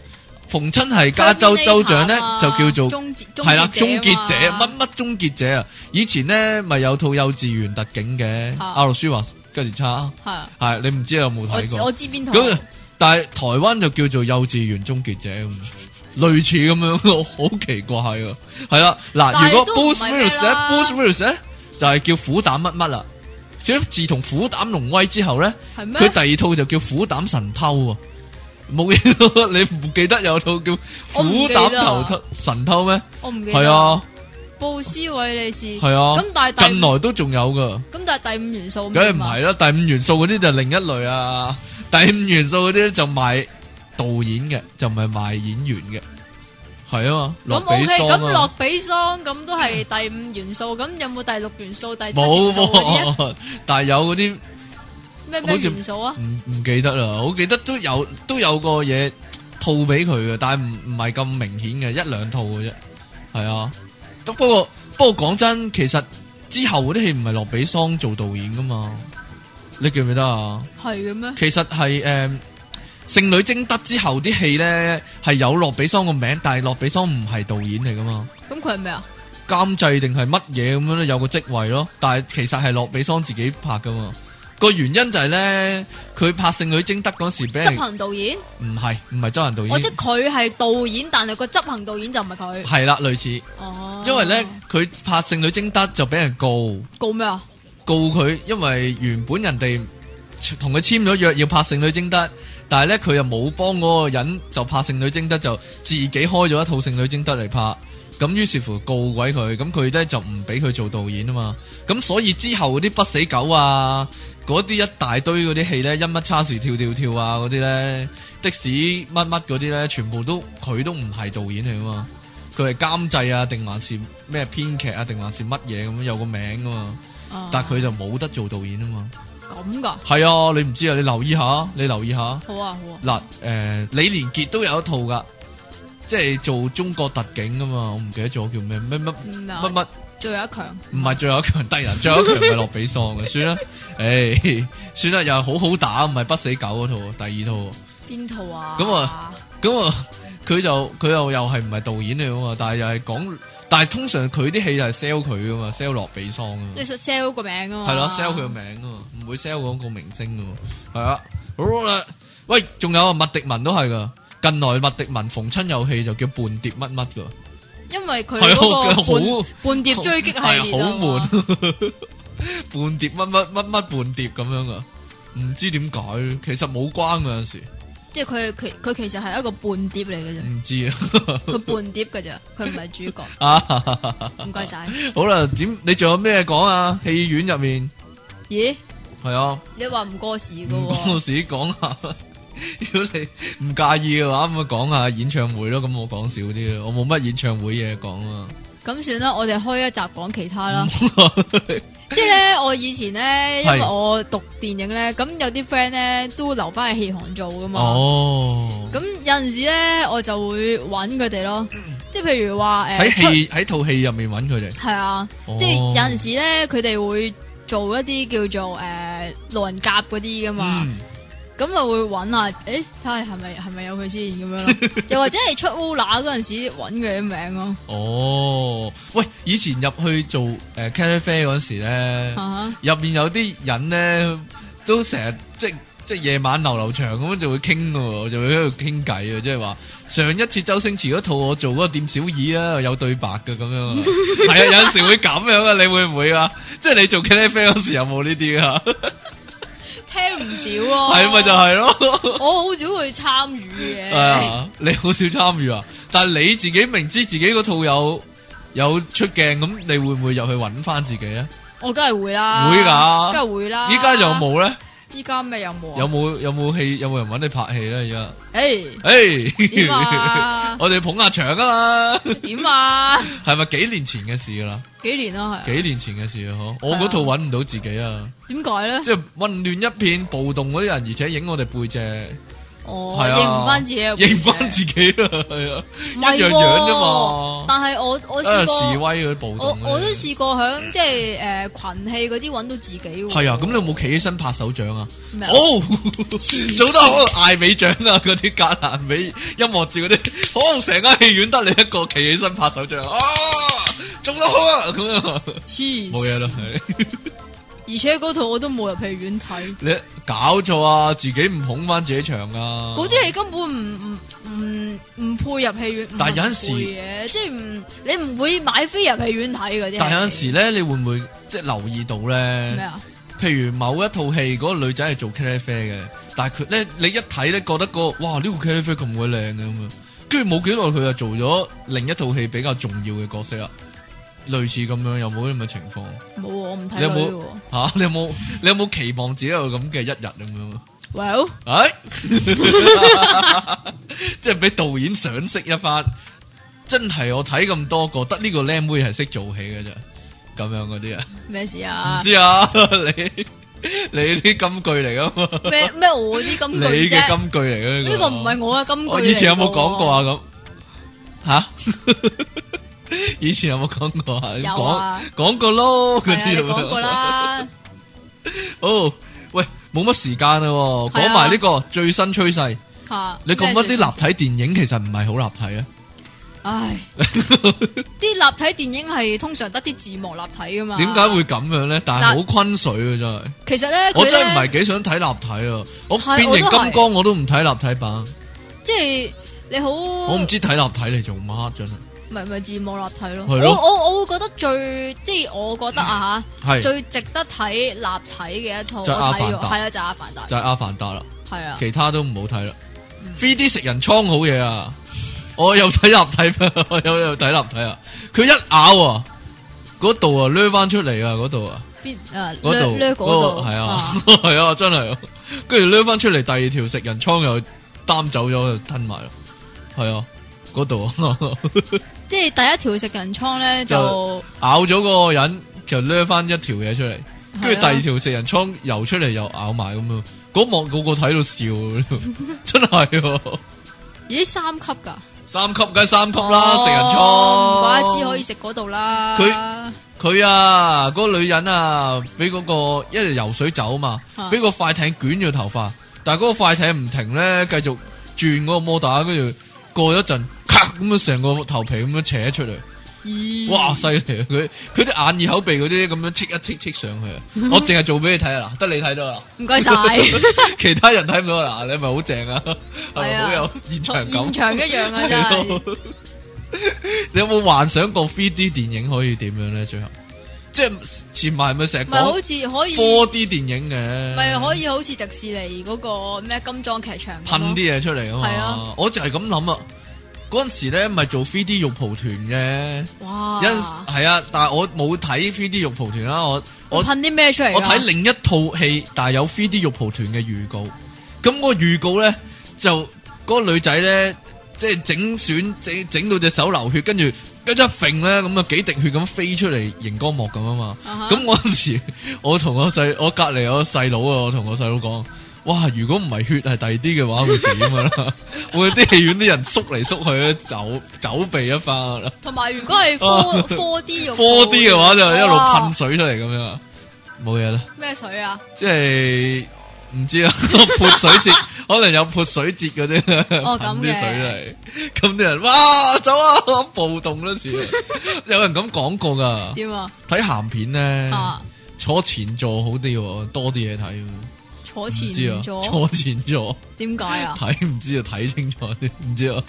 Speaker 1: 逢親係加州州長咧就叫做
Speaker 2: 終結，
Speaker 1: 係啦，終結
Speaker 2: 終結
Speaker 1: 者
Speaker 2: 者啊嘛
Speaker 1: 乜乜終結者啊！以前咧咪有套幼稚園特警嘅
Speaker 2: 啊
Speaker 1: 阿洛舒華跟住差，
Speaker 2: 係啊，
Speaker 1: 係你唔知有冇
Speaker 2: 我
Speaker 1: 睇
Speaker 2: 知
Speaker 1: 過
Speaker 2: 我？知邊套，
Speaker 1: 咁但係台灣就叫做幼稚園終結者咁，類似咁樣，好奇怪啊！係啦，
Speaker 2: 但
Speaker 1: 嗱，
Speaker 2: 係
Speaker 1: 如果
Speaker 2: 都唔
Speaker 1: Bruce
Speaker 2: 係
Speaker 1: Willis 咧
Speaker 2: 咩啦
Speaker 1: ，Bruce Willis 咧就係叫虎膽乜乜啦。所以自從虎膽龍威之後咧。
Speaker 2: 係
Speaker 1: 佢
Speaker 2: 咩？
Speaker 1: 第二套就叫《虎膽神偷》啊，冇嘢咯，你唔記得有套叫《
Speaker 2: 我唔
Speaker 1: 虎
Speaker 2: 記得啊
Speaker 1: 膽頭偷神偷》咩？
Speaker 2: 我唔記得，
Speaker 1: 係，啊，
Speaker 2: 布斯韋利士，
Speaker 1: 係啊
Speaker 2: 咁但係
Speaker 1: 近
Speaker 2: 第五
Speaker 1: 來都仲有噶，
Speaker 2: 咁啊但係第五元素
Speaker 1: 梗係唔係啦？第五元素嗰啲就另一類啊，第五元素嗰啲就賣導演嘅，就唔係賣演員嘅，係啊嘛，
Speaker 2: 咁
Speaker 1: 落比
Speaker 2: OK，
Speaker 1: 桑
Speaker 2: 咁
Speaker 1: 啊
Speaker 2: 落，比桑咁都係第五元素，咁有冇第六元素、第七
Speaker 1: 冇
Speaker 2: 元素嗰啲啊
Speaker 1: 喎，但係有嗰啲。
Speaker 2: 咩
Speaker 1: 好
Speaker 2: 咩
Speaker 1: 似
Speaker 2: 元素啊？
Speaker 1: 唔唔記得啦，我記得都有都有個嘢套俾佢嘅，但係唔唔係咁明顯嘅，一兩套嘅啫。係啊，不不過不過講真，其實之後嗰啲戲唔係落比桑做導演噶嘛，你記唔記得啊？
Speaker 2: 系嘅咩？
Speaker 1: 其實係诶、誒聖女贞德之後啲戲咧係有洛比桑個名，但係洛比桑唔係導演嚟噶嘛，
Speaker 2: 咁佢系咩啊？
Speaker 1: 監製定係乜嘢咁樣咧，有個職位咯。但係其實係洛比桑自己拍噶嘛。個原因就係咧，佢拍聖女贞德嗰時俾人
Speaker 2: 执行导演，
Speaker 1: 唔係唔係周人導
Speaker 2: 我即
Speaker 1: 演，
Speaker 2: 佢系导演，但系个执行导演就唔系佢。
Speaker 1: 係啦類似，
Speaker 2: 哦，
Speaker 1: 因為咧佢拍聖女贞德就俾人告。
Speaker 2: 告咩啊？
Speaker 1: 告佢，因為原本人哋同佢簽咗約要拍《聖女贞德》，但係咧佢又冇幫嗰個人就拍《聖女贞德》，就自己開咗一套《聖女贞德》嚟拍。咁於是乎告鬼佢，咁佢咧就唔俾佢做導演啊嘛。咁所以之後嗰啲不死狗啊，嗰啲一大堆嗰啲戲咧，因乜叉時跳跳跳啊嗰啲咧，的士乜乜嗰啲咧，全部都佢都唔係導演嚟噶嘛，佢係監製啊，定還是咩編劇啊，定還是乜嘢咁樣有個名噶嘛。
Speaker 2: 啊
Speaker 1: 但佢就冇得做導演啊嘛。
Speaker 2: 咁噶？
Speaker 1: 係啊，你唔知啊，你留意下，你留意下。
Speaker 2: 好啊好啊。
Speaker 1: 嗱，诶、李連杰都有一套噶，即係做中國特警噶嘛，我唔記得咗叫咩咩乜
Speaker 2: 嗯啊
Speaker 1: 乜乜，
Speaker 2: 最有一強
Speaker 1: 唔係最後一強低人，最後一強唔係落比桑嘅，算啦，诶、算啦，又係好好打，唔係不死狗嗰套，第二套。
Speaker 2: 邊套啊？
Speaker 1: 咁啊，咁啊，佢就佢又又係唔係導演嚟噶嘛，但係又係講，但係通常佢啲戲就係 sell 佢噶嘛，sell 落比桑啊嘛
Speaker 2: 你。sell 個名啊嘛。
Speaker 1: 系咯，sell 佢個名啊嘛，唔會 sell 嗰個明星噶喎。係啊，好啦，喂，仲有啊，麥迪文都係噶。近來麥迪文逢親有戲就叫半碟乜乜噶，
Speaker 2: 因為佢
Speaker 1: 係
Speaker 2: 嗰個
Speaker 1: 好
Speaker 2: 半半碟追擊
Speaker 1: 係
Speaker 2: 系列
Speaker 1: 好
Speaker 2: 啊 嘛。
Speaker 1: 悶，半碟乜乜乜乜半碟咁樣噶，唔知點解，其實冇關嗰阵时，
Speaker 2: 即係佢佢佢其實係一個半碟嚟 嘅啫，
Speaker 1: 唔知
Speaker 2: 佢半碟嘅啫，佢唔係 主角。
Speaker 1: 啊。
Speaker 2: 唔該晒。
Speaker 1: 好啦，點你仲有咩講啊？戲院入面
Speaker 2: 咦？
Speaker 1: 係啊。
Speaker 2: 你話唔過時嘅
Speaker 1: 唔
Speaker 2: 喎？
Speaker 1: 我自己講下。 如果你唔介意嘅話，咁咪啊講下演唱會咯。咁我講少啲咯，我冇乜演唱會嘢講啊。
Speaker 2: 咁算啦，我哋開一集講其他啦。 即係咧，我以前咧，因為
Speaker 1: 係
Speaker 2: 我讀電影咧，咁有啲 friend 咧都留翻喺戲行做噶嘛。
Speaker 1: 哦，
Speaker 2: 咁有阵时咧，我就會揾佢哋咯，即係譬如話诶，
Speaker 1: 喺戲喺套戲入面揾佢哋，
Speaker 2: 系啊，
Speaker 1: 哦
Speaker 2: 即係有阵时咧，佢哋會做一啲叫做诶路人甲嗰啲噶嘛，
Speaker 1: 嗯
Speaker 2: 咁啊會揾下，诶睇下係咪係咪有佢先咁樣 咯，又或者係出 Ola 嗰阵时揾佢嘅名咯，
Speaker 1: 哦，喂，以前入去做诶 c a f e 嗰時咧，
Speaker 2: 啊
Speaker 1: 入面有啲人咧都成日即即夜晚流流長咁樣就會傾嘅喎，就會喺度傾偈啊，即係話上一次周星馳嗰套我做嗰個店小二啦，有對白嘅咁樣啊，係啊，有陣時會咁樣啊，你會唔會啊？即係你做 K F 嗰時有冇呢啲啊？
Speaker 2: 听唔少咯，
Speaker 1: 係咪就係咯？
Speaker 2: 我好少會參與
Speaker 1: 係
Speaker 2: 嘅，
Speaker 1: 啊，你好少參與啊，但係你自己明知自己嗰套有有出鏡，咁你會唔會入去揾翻自己啊？
Speaker 2: 我梗係會啦，
Speaker 1: 會㗎
Speaker 2: 梗係會啦，
Speaker 1: 依家有，冇咧？
Speaker 2: 依家咩有冇啊？哎
Speaker 1: 有冇有冇戲有冇人揾你拍戲咧？而家？
Speaker 2: 诶，
Speaker 1: 诶，
Speaker 2: 點啊
Speaker 1: 哎 我哋捧下場啊嘛，
Speaker 2: 點啊？
Speaker 1: 係咪幾年前嘅事啦？
Speaker 2: 幾年啦係啊，
Speaker 1: 幾年前嘅事啊，嗬！我嗰套揾唔到自己啊，
Speaker 2: 點解咧？
Speaker 1: 即係混亂一片，暴動嗰啲人，而且影我哋背脊，
Speaker 2: 哦，
Speaker 1: 係啊
Speaker 2: 認唔翻自己嘅背脊，
Speaker 1: 影翻自己啊，係啊，
Speaker 2: 唔係
Speaker 1: 一樣樣啫嘛。
Speaker 2: 但係我我
Speaker 1: 啊
Speaker 2: 試
Speaker 1: 示
Speaker 2: 過，
Speaker 1: 威嗰啲暴
Speaker 2: 我
Speaker 1: 動嗰啲，
Speaker 2: 我都試過響即係诶群戲嗰啲揾到自己喎。
Speaker 1: 係啊，咁你有冇企起身拍手掌啊？
Speaker 2: 咩啊
Speaker 1: 好，
Speaker 2: 線
Speaker 1: 做得好，艾美獎啊，嗰啲格蘭美音樂節嗰啲，好，成間戲院得你一個企起身拍手掌啊，做得好啊，咁樣
Speaker 2: 黐
Speaker 1: 冇嘢啦。
Speaker 2: 線
Speaker 1: 係
Speaker 2: 而且嗰套我都冇入戲院睇，
Speaker 1: 你搞錯啊！自己唔捧翻自己場啊！
Speaker 2: 嗰啲戲根本唔唔唔唔配入戲院。唔
Speaker 1: 但係有陣
Speaker 2: 合
Speaker 1: 時
Speaker 2: 配嘅，即係唔你唔會買飛入戲院睇嗰啲戲。
Speaker 1: 但有陣時咧，你會唔會即係留意到
Speaker 2: 咩
Speaker 1: 咧？
Speaker 2: 啊？
Speaker 1: 譬如某一套戲，嗰、個女仔係做茄喱啡嘅，但係佢咧，你一睇咧覺得、個哇呢、個茄喱啡咁鬼靚嘅咁樣，跟住冇幾耐佢就做咗另一套戲比較重要嘅角色啦。類似咁樣有冇啲咁嘅情況
Speaker 2: 冇喎我唔睇
Speaker 1: 你有冇
Speaker 2: 女喎。
Speaker 1: 嚇、你有冇你有冇期望自己有咁嘅一日咁樣啊？
Speaker 2: Well，
Speaker 1: 哎， 即系俾導演賞識一番，真係我睇咁多個，得呢個靚妹係識做戲嘅啫，咁樣嗰啲啊，
Speaker 2: 咩事
Speaker 1: 唔
Speaker 2: 啊？
Speaker 1: 知啊， 你你啲金句嚟噶嘛，
Speaker 2: 咩咩我啲金
Speaker 1: 你
Speaker 2: 句
Speaker 1: 嘅
Speaker 2: 啫？
Speaker 1: 金句嚟嘅
Speaker 2: 呢個唔係我嘅金句
Speaker 1: 我以前有冇
Speaker 2: 嚟㗎
Speaker 1: 講
Speaker 2: 喎
Speaker 1: 過啊？咁吓？ 以前有冇講過啊？
Speaker 2: 有啊
Speaker 1: 講講過咯，嗰
Speaker 2: 係啊，
Speaker 1: 啲
Speaker 2: 你
Speaker 1: 咁樣
Speaker 2: 講過啦。
Speaker 1: 哦，喂，冇乜時間啦喎。講埋呢個最新趨勢，
Speaker 2: 吓。
Speaker 1: 你覺
Speaker 2: 啊咩
Speaker 1: 得啲
Speaker 2: 最
Speaker 1: 立體電影其實唔係好立體啊咧？
Speaker 2: 唉，啲立體電影係通常得啲字幕立體噶嘛。
Speaker 1: 點解會？咁樣咧？但係好昆水啊，真係。
Speaker 2: 其實咧，
Speaker 1: 我
Speaker 2: 啊佢
Speaker 1: 真係唔
Speaker 2: 呢
Speaker 1: 係幾想睇立體啊！我
Speaker 2: 係哦
Speaker 1: 變形
Speaker 2: 我都係
Speaker 1: 金剛我都唔睇立體版，
Speaker 2: 即係你好，
Speaker 1: 我
Speaker 2: 我
Speaker 1: 唔知睇立體嚟做乜真係。
Speaker 2: 咪咪字幕立體咯。
Speaker 1: 係咯嗯
Speaker 2: 我我我會覺得最即係我覺得啊吓，
Speaker 1: 係
Speaker 2: 最值得睇立體嘅一套，我
Speaker 1: 就係阿
Speaker 2: 睇
Speaker 1: 凡
Speaker 2: 咗
Speaker 1: 達
Speaker 2: 係啦，就係阿凡達
Speaker 1: 就係阿凡達啦，
Speaker 2: 係啊。
Speaker 1: 其他都唔好睇啦。3D 食人倉好嘢啊！我有睇立體版， 我有有睇立體啊！佢一咬啊，嗰度啊掠翻出嚟啊，嗰度啊，
Speaker 2: 邊啊
Speaker 1: 嗰度
Speaker 2: 掠掠嗰
Speaker 1: 嗰
Speaker 2: 度
Speaker 1: 個係啊， 係啊，真係啊，跟住掠翻出嚟，第二條食人倉又擔走咗，又吞埋咯，係啊，嗰度啊。
Speaker 2: 即系第一條食人倉咧就
Speaker 1: 咬咗嗰個人就掠翻一條嘢出嚟，跟住第二
Speaker 2: 條
Speaker 1: 條食人倉游出嚟又咬埋咁樣，嗰幕個個睇到笑， 真係喎
Speaker 2: 咦三級㗎，
Speaker 1: 三級梗係三級啦，
Speaker 2: 哦
Speaker 1: 食人
Speaker 2: 唔怪之可以
Speaker 1: 倉。
Speaker 2: 食嗰度啦。
Speaker 1: 佢佢啊，嗰、個女人啊，俾嗰、個一直游水走嘛
Speaker 2: 啊，
Speaker 1: 俾個快艇捲咗頭髮，但係嗰個快艇唔停咧，繼續轉嗰個摩打，跟住過咗一陣，咔咁樣成個頭皮咁樣扯出嚟。
Speaker 2: 咦
Speaker 1: 哇，犀利啊！佢佢啲眼耳口鼻嗰啲咁樣戚一戚戚上去啊！我淨係做俾你睇啊，嗱，得你睇到啦，
Speaker 2: 嗯唔 該晒，
Speaker 1: 其他人睇唔到啦，嗱，你係咪好正啊，係
Speaker 2: 係
Speaker 1: 咪
Speaker 2: 啊
Speaker 1: 好有現場感？
Speaker 2: 現場一樣啊，
Speaker 1: 係
Speaker 2: 真係
Speaker 1: 咯 你有冇幻想過 3D 電影可以點樣咧？最後即係前排咪成日
Speaker 2: 唔係好
Speaker 1: 講
Speaker 2: 似可以，
Speaker 1: 4D 電影嘅，
Speaker 2: 咪可以好似迪士尼嗰個咩金裝劇場咁
Speaker 1: 噴
Speaker 2: 咯
Speaker 1: 啲嘢出嚟啊
Speaker 2: 係
Speaker 1: 嘛
Speaker 2: 啊！
Speaker 1: 我就係咁諗啊，嗰陣時咧咪做 3D 肉蒲團嘅，
Speaker 2: 哇！
Speaker 1: 有陣時係啊，但係我冇睇 3D 肉蒲團啦，我我
Speaker 2: 我。噴啲咩出嚟㗎？
Speaker 1: 我睇另一套戲，但係有 3D 肉蒲團嘅預告。咁、個預告咧，就嗰、個女仔咧，即係整損整整到隻手流血，跟住跟住一揈咧，咁啊幾滴血咁飛出嚟熒光幕咁啊嘛。
Speaker 2: 啊哈
Speaker 1: 咁嗰陣時， 我同我細我隔離有個細佬啊，我同我細佬講。哇！如果唔係血係第二啲嘅話，會點啊 啦？會啲戲院啲人縮嚟縮去咧，走走避一番啊啦。
Speaker 2: 同埋如果係
Speaker 1: 啊
Speaker 2: four four D 用
Speaker 1: 科 D 嘅話就一路
Speaker 2: 哇
Speaker 1: 噴水出嚟咁樣啊，冇嘢啦。
Speaker 2: 咩水啊？
Speaker 1: 即系唔知 啊，潑水節可能有潑水節嗰啲，
Speaker 2: 哦
Speaker 1: 噴
Speaker 2: 咁
Speaker 1: 啲
Speaker 2: 嘅
Speaker 1: 水嚟，咁啲人哇走啊，暴動啦似，有人咁講過噶，
Speaker 2: 點啊？
Speaker 1: 睇鹹片咧，
Speaker 2: 啊！
Speaker 1: 坐前座好啲喎，多啲嘢睇喎，
Speaker 2: 坐
Speaker 1: 唔
Speaker 2: 前
Speaker 1: 知啊，
Speaker 2: 咗，
Speaker 1: 坐前座
Speaker 2: 點解 啊？
Speaker 1: 睇唔知啊，睇清楚啲，唔知啊，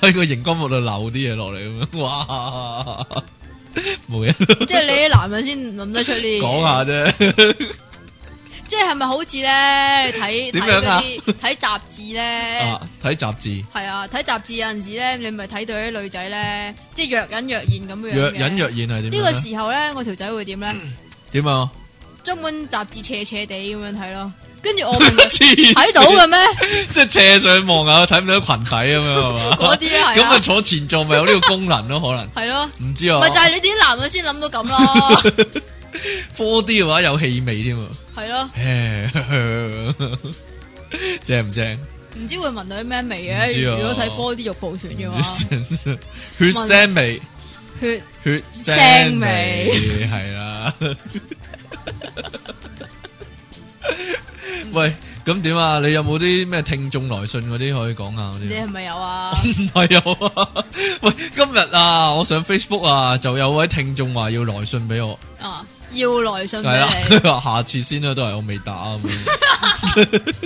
Speaker 1: 喺個熒光幕度流啲嘢落嚟咁樣，哇，冇 嘢
Speaker 2: 即係你啲男人先諗得出呢啲嘢。
Speaker 1: 講啊下啫，
Speaker 2: 即係咪好似咧？你睇
Speaker 1: 點
Speaker 2: 睇
Speaker 1: 樣啊
Speaker 2: 嗰啲睇雜誌咧，
Speaker 1: 啊，睇雜誌，
Speaker 2: 係啊，睇雜誌有陣時咧，你咪睇到啲女仔咧，即係若隱若現咁樣嘅。
Speaker 1: 若隱若現係點樣
Speaker 2: 啊呢
Speaker 1: 咧
Speaker 2: 個？時候咧，我條仔會 點咧？
Speaker 1: 點啊？
Speaker 2: 中本雜誌斜斜地咁樣睇咯，跟住我 問佢
Speaker 1: 黐
Speaker 2: 睇到嘅咩？
Speaker 1: 即系斜上望啊，睇唔到裙底咁樣係嘛？
Speaker 2: 嗰啲啊係
Speaker 1: 咁
Speaker 2: 啊
Speaker 1: 啊坐前座咪有呢個功能咯，可能
Speaker 2: 係咯，
Speaker 1: 唔知啊。
Speaker 2: 咪就係你哋啲男人先諗到咁咯，
Speaker 1: 科 D 嘅話有氣味添啊，
Speaker 2: 係咯，
Speaker 1: 正唔正？
Speaker 2: 唔知會聞到啲咩味
Speaker 1: 唔知
Speaker 2: 嘅？
Speaker 1: 啊
Speaker 2: 如果睇科啲肉蒲團嘅話，
Speaker 1: 血腥味，
Speaker 2: 血
Speaker 1: 血
Speaker 2: 腥
Speaker 1: 味
Speaker 2: 味
Speaker 1: 係啦。喂，咁點啊？你有冇啲咩聽眾來信嗰啲可以講下嗰啲啊？
Speaker 2: 你係咪 有啊？
Speaker 1: 唔系啊！喂，今日啊，我上 Facebook 啊，就有位聽眾話要來信俾我，
Speaker 2: 啊，要來信
Speaker 1: 係啊
Speaker 2: 俾
Speaker 1: 啦，
Speaker 2: 你。
Speaker 1: 佢話下次先啦，都係我未打咁樣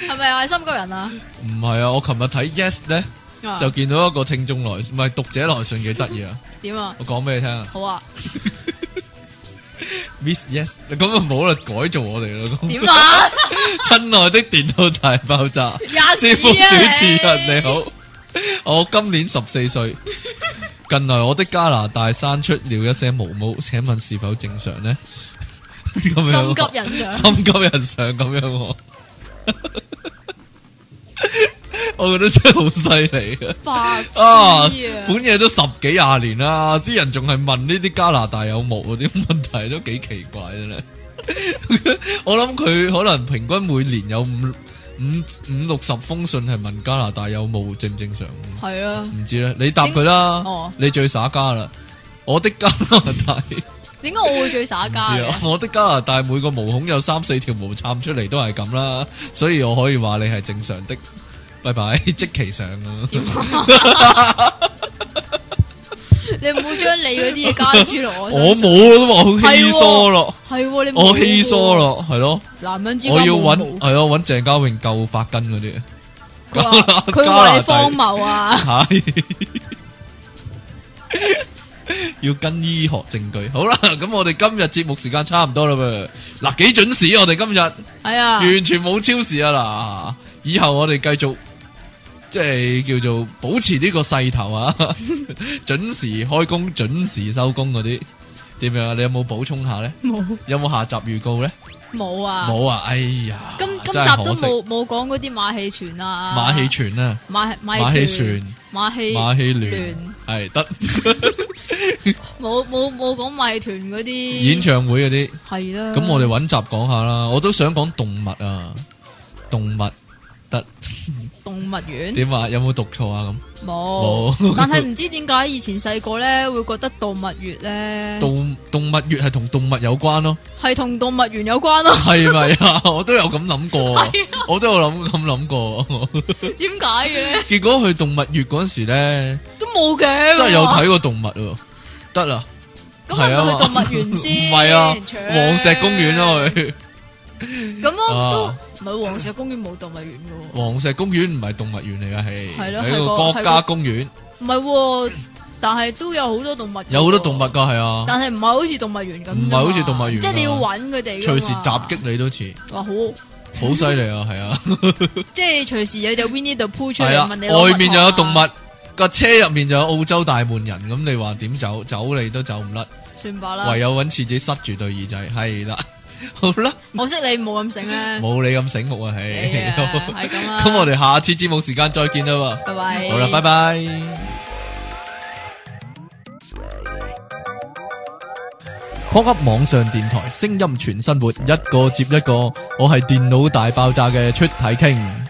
Speaker 2: 系咪啊？心急人啊？
Speaker 1: 唔係啊，我琴日睇 Yes 咧，
Speaker 2: 啊
Speaker 1: 就見到一個聽眾來，唔係讀者來信幾得意啊！
Speaker 2: 点啊？
Speaker 1: 我講俾你聽啊
Speaker 2: 好啊？
Speaker 1: ，Miss Yes，咁啊冇啦，改造我哋啦，咁
Speaker 2: 点啊？
Speaker 1: 親愛的電腦大爆炸。
Speaker 2: 吔
Speaker 1: 節目
Speaker 2: 屎啊！
Speaker 1: 主持人你好，我今年十四歲，近來我的加拿大生出了一些毛毛，請問是否正常呢？咁
Speaker 2: 你
Speaker 1: 樣
Speaker 2: 心
Speaker 1: 喎
Speaker 2: 急人 上，
Speaker 1: 心急人上咁樣喎，我覺得真係好犀利啊！
Speaker 2: 白痴
Speaker 1: 啊
Speaker 2: 啊！！
Speaker 1: 本嘢都十幾廿年啦，啲人仲係問呢啲加拿大有冇嗰啲問題，都幾奇怪真係。 我諗佢可能平均每年有五五五六十封信係問加拿大有冇正唔正常，
Speaker 2: 系咯，
Speaker 1: 唔知咧。你答佢啦，
Speaker 2: 點哦
Speaker 1: 你最耍家啦。我的加拿大
Speaker 2: 点解我會最耍家
Speaker 1: 唔知
Speaker 2: 嘅
Speaker 1: 啊？ 我的加拿大每個毛孔有三四條毛探出嚟都係咁啦，所以我可以話你係正常的。拜拜，即其上啊！
Speaker 2: 點啊？你唔好將你嗰啲嘢加諸 落我
Speaker 1: 我
Speaker 2: 身上。
Speaker 1: 冇都話好稀疏咯，
Speaker 2: 係喎，你冇
Speaker 1: 我稀疏咯，係咯，
Speaker 2: 喎。男人之間
Speaker 1: 我要
Speaker 2: 冇
Speaker 1: 揾
Speaker 2: 毛
Speaker 1: 係咯，揾鄭嘉穎救發根嗰啲
Speaker 2: 佢話 佢話你荒謬啊！
Speaker 1: 係 要跟醫學證據。好啦，咁我哋今日節目時間差唔多啦噃，嗱幾準時啊我哋今日。
Speaker 2: 係啊，
Speaker 1: 完全冇超時啊嗱！以後我哋繼續即係叫做保持呢個勢頭啊， 準時開工、準時收工嗰啲點樣啊？你有冇補充下咧？
Speaker 2: 冇
Speaker 1: 有冇下集預告咧？
Speaker 2: 冇啊！
Speaker 1: 冇啊！哎呀，
Speaker 2: 今今集
Speaker 1: 真係可
Speaker 2: 都
Speaker 1: 惜
Speaker 2: 冇冇講嗰啲馬戲團啊，
Speaker 1: 馬戲團啊，
Speaker 2: 馬
Speaker 1: 馬
Speaker 2: 馬
Speaker 1: 戲
Speaker 2: 戲
Speaker 1: 船、
Speaker 2: 馬戲
Speaker 1: 馬戲聯
Speaker 2: 聯
Speaker 1: 係得
Speaker 2: 冇冇冇講馬戲團嗰啲
Speaker 1: 演唱會嗰啲。
Speaker 2: 係啦。
Speaker 1: 咁我哋揾集講下啦，我都想講動物啊，動物
Speaker 2: 嗯
Speaker 1: 得
Speaker 2: 動物園
Speaker 1: 點啊？有冇讀錯啊？
Speaker 2: 冇
Speaker 1: 冇，
Speaker 2: 但係唔知點解以前細個咧會覺得動物園
Speaker 1: 咁
Speaker 2: 咧
Speaker 1: 動動物園係同動物有關咯。
Speaker 2: 係同動物園有關咯。
Speaker 1: 系咪啊？我都有咁谂过
Speaker 2: 係，啊
Speaker 1: 我都有谂咁谂过。
Speaker 2: 點解嘅咧？
Speaker 1: 结果去动物园嗰阵时咧，
Speaker 2: 都冇嘅。
Speaker 1: 真系有睇过动物喎。得啦，
Speaker 2: 咁係咪
Speaker 1: 係啊
Speaker 2: 去動物 園
Speaker 1: 唔
Speaker 2: 先？
Speaker 1: 系啊，
Speaker 2: 切
Speaker 1: 黄石公园咯，。去
Speaker 2: 咁啊都
Speaker 1: 啊
Speaker 2: 唔係黃石公園冇動物園嘅喎，
Speaker 1: 黄石公园唔系动物园嚟噶，系
Speaker 2: 係咯
Speaker 1: 係一
Speaker 2: 係
Speaker 1: 个
Speaker 2: 個
Speaker 1: 国家公园，
Speaker 2: 唔係喎，但係都有好多動物園喎，
Speaker 1: 有好多动物噶，系啊，
Speaker 2: 但係唔係好似動物園咁啫嘛，
Speaker 1: 唔係好似動物園
Speaker 2: 即係你要
Speaker 1: 啊
Speaker 2: 揾佢哋，
Speaker 1: 随时袭。击你都似，
Speaker 2: 哇，好，
Speaker 1: 好犀利啊，
Speaker 2: 嗯
Speaker 1: 系 啊，
Speaker 2: 即係隨時有隻 Winnie 度 pull
Speaker 1: 系
Speaker 2: 出
Speaker 1: 啊
Speaker 2: 嚟問你，攞
Speaker 1: 外面就
Speaker 2: 乜糖啊
Speaker 1: 有动物，，个车入面就有澳洲大闷人，咁你话点走？走你都走唔甩。
Speaker 2: 算吧啦
Speaker 1: 唯。有揾廁紙塞住對耳仔，係啦， 好 啦，
Speaker 2: 我識你冇咁醒咧，
Speaker 1: 冇你咁醒目啊，
Speaker 2: 係
Speaker 1: 唉，
Speaker 2: 啊係咁啦。
Speaker 1: 咁我哋下次節目時間再見啦
Speaker 2: 拜拜。
Speaker 1: 喎，好啦，拜。拜。p o 網上電台，聲音全生活，一個接一個，我係電腦大爆炸嘅出體傾。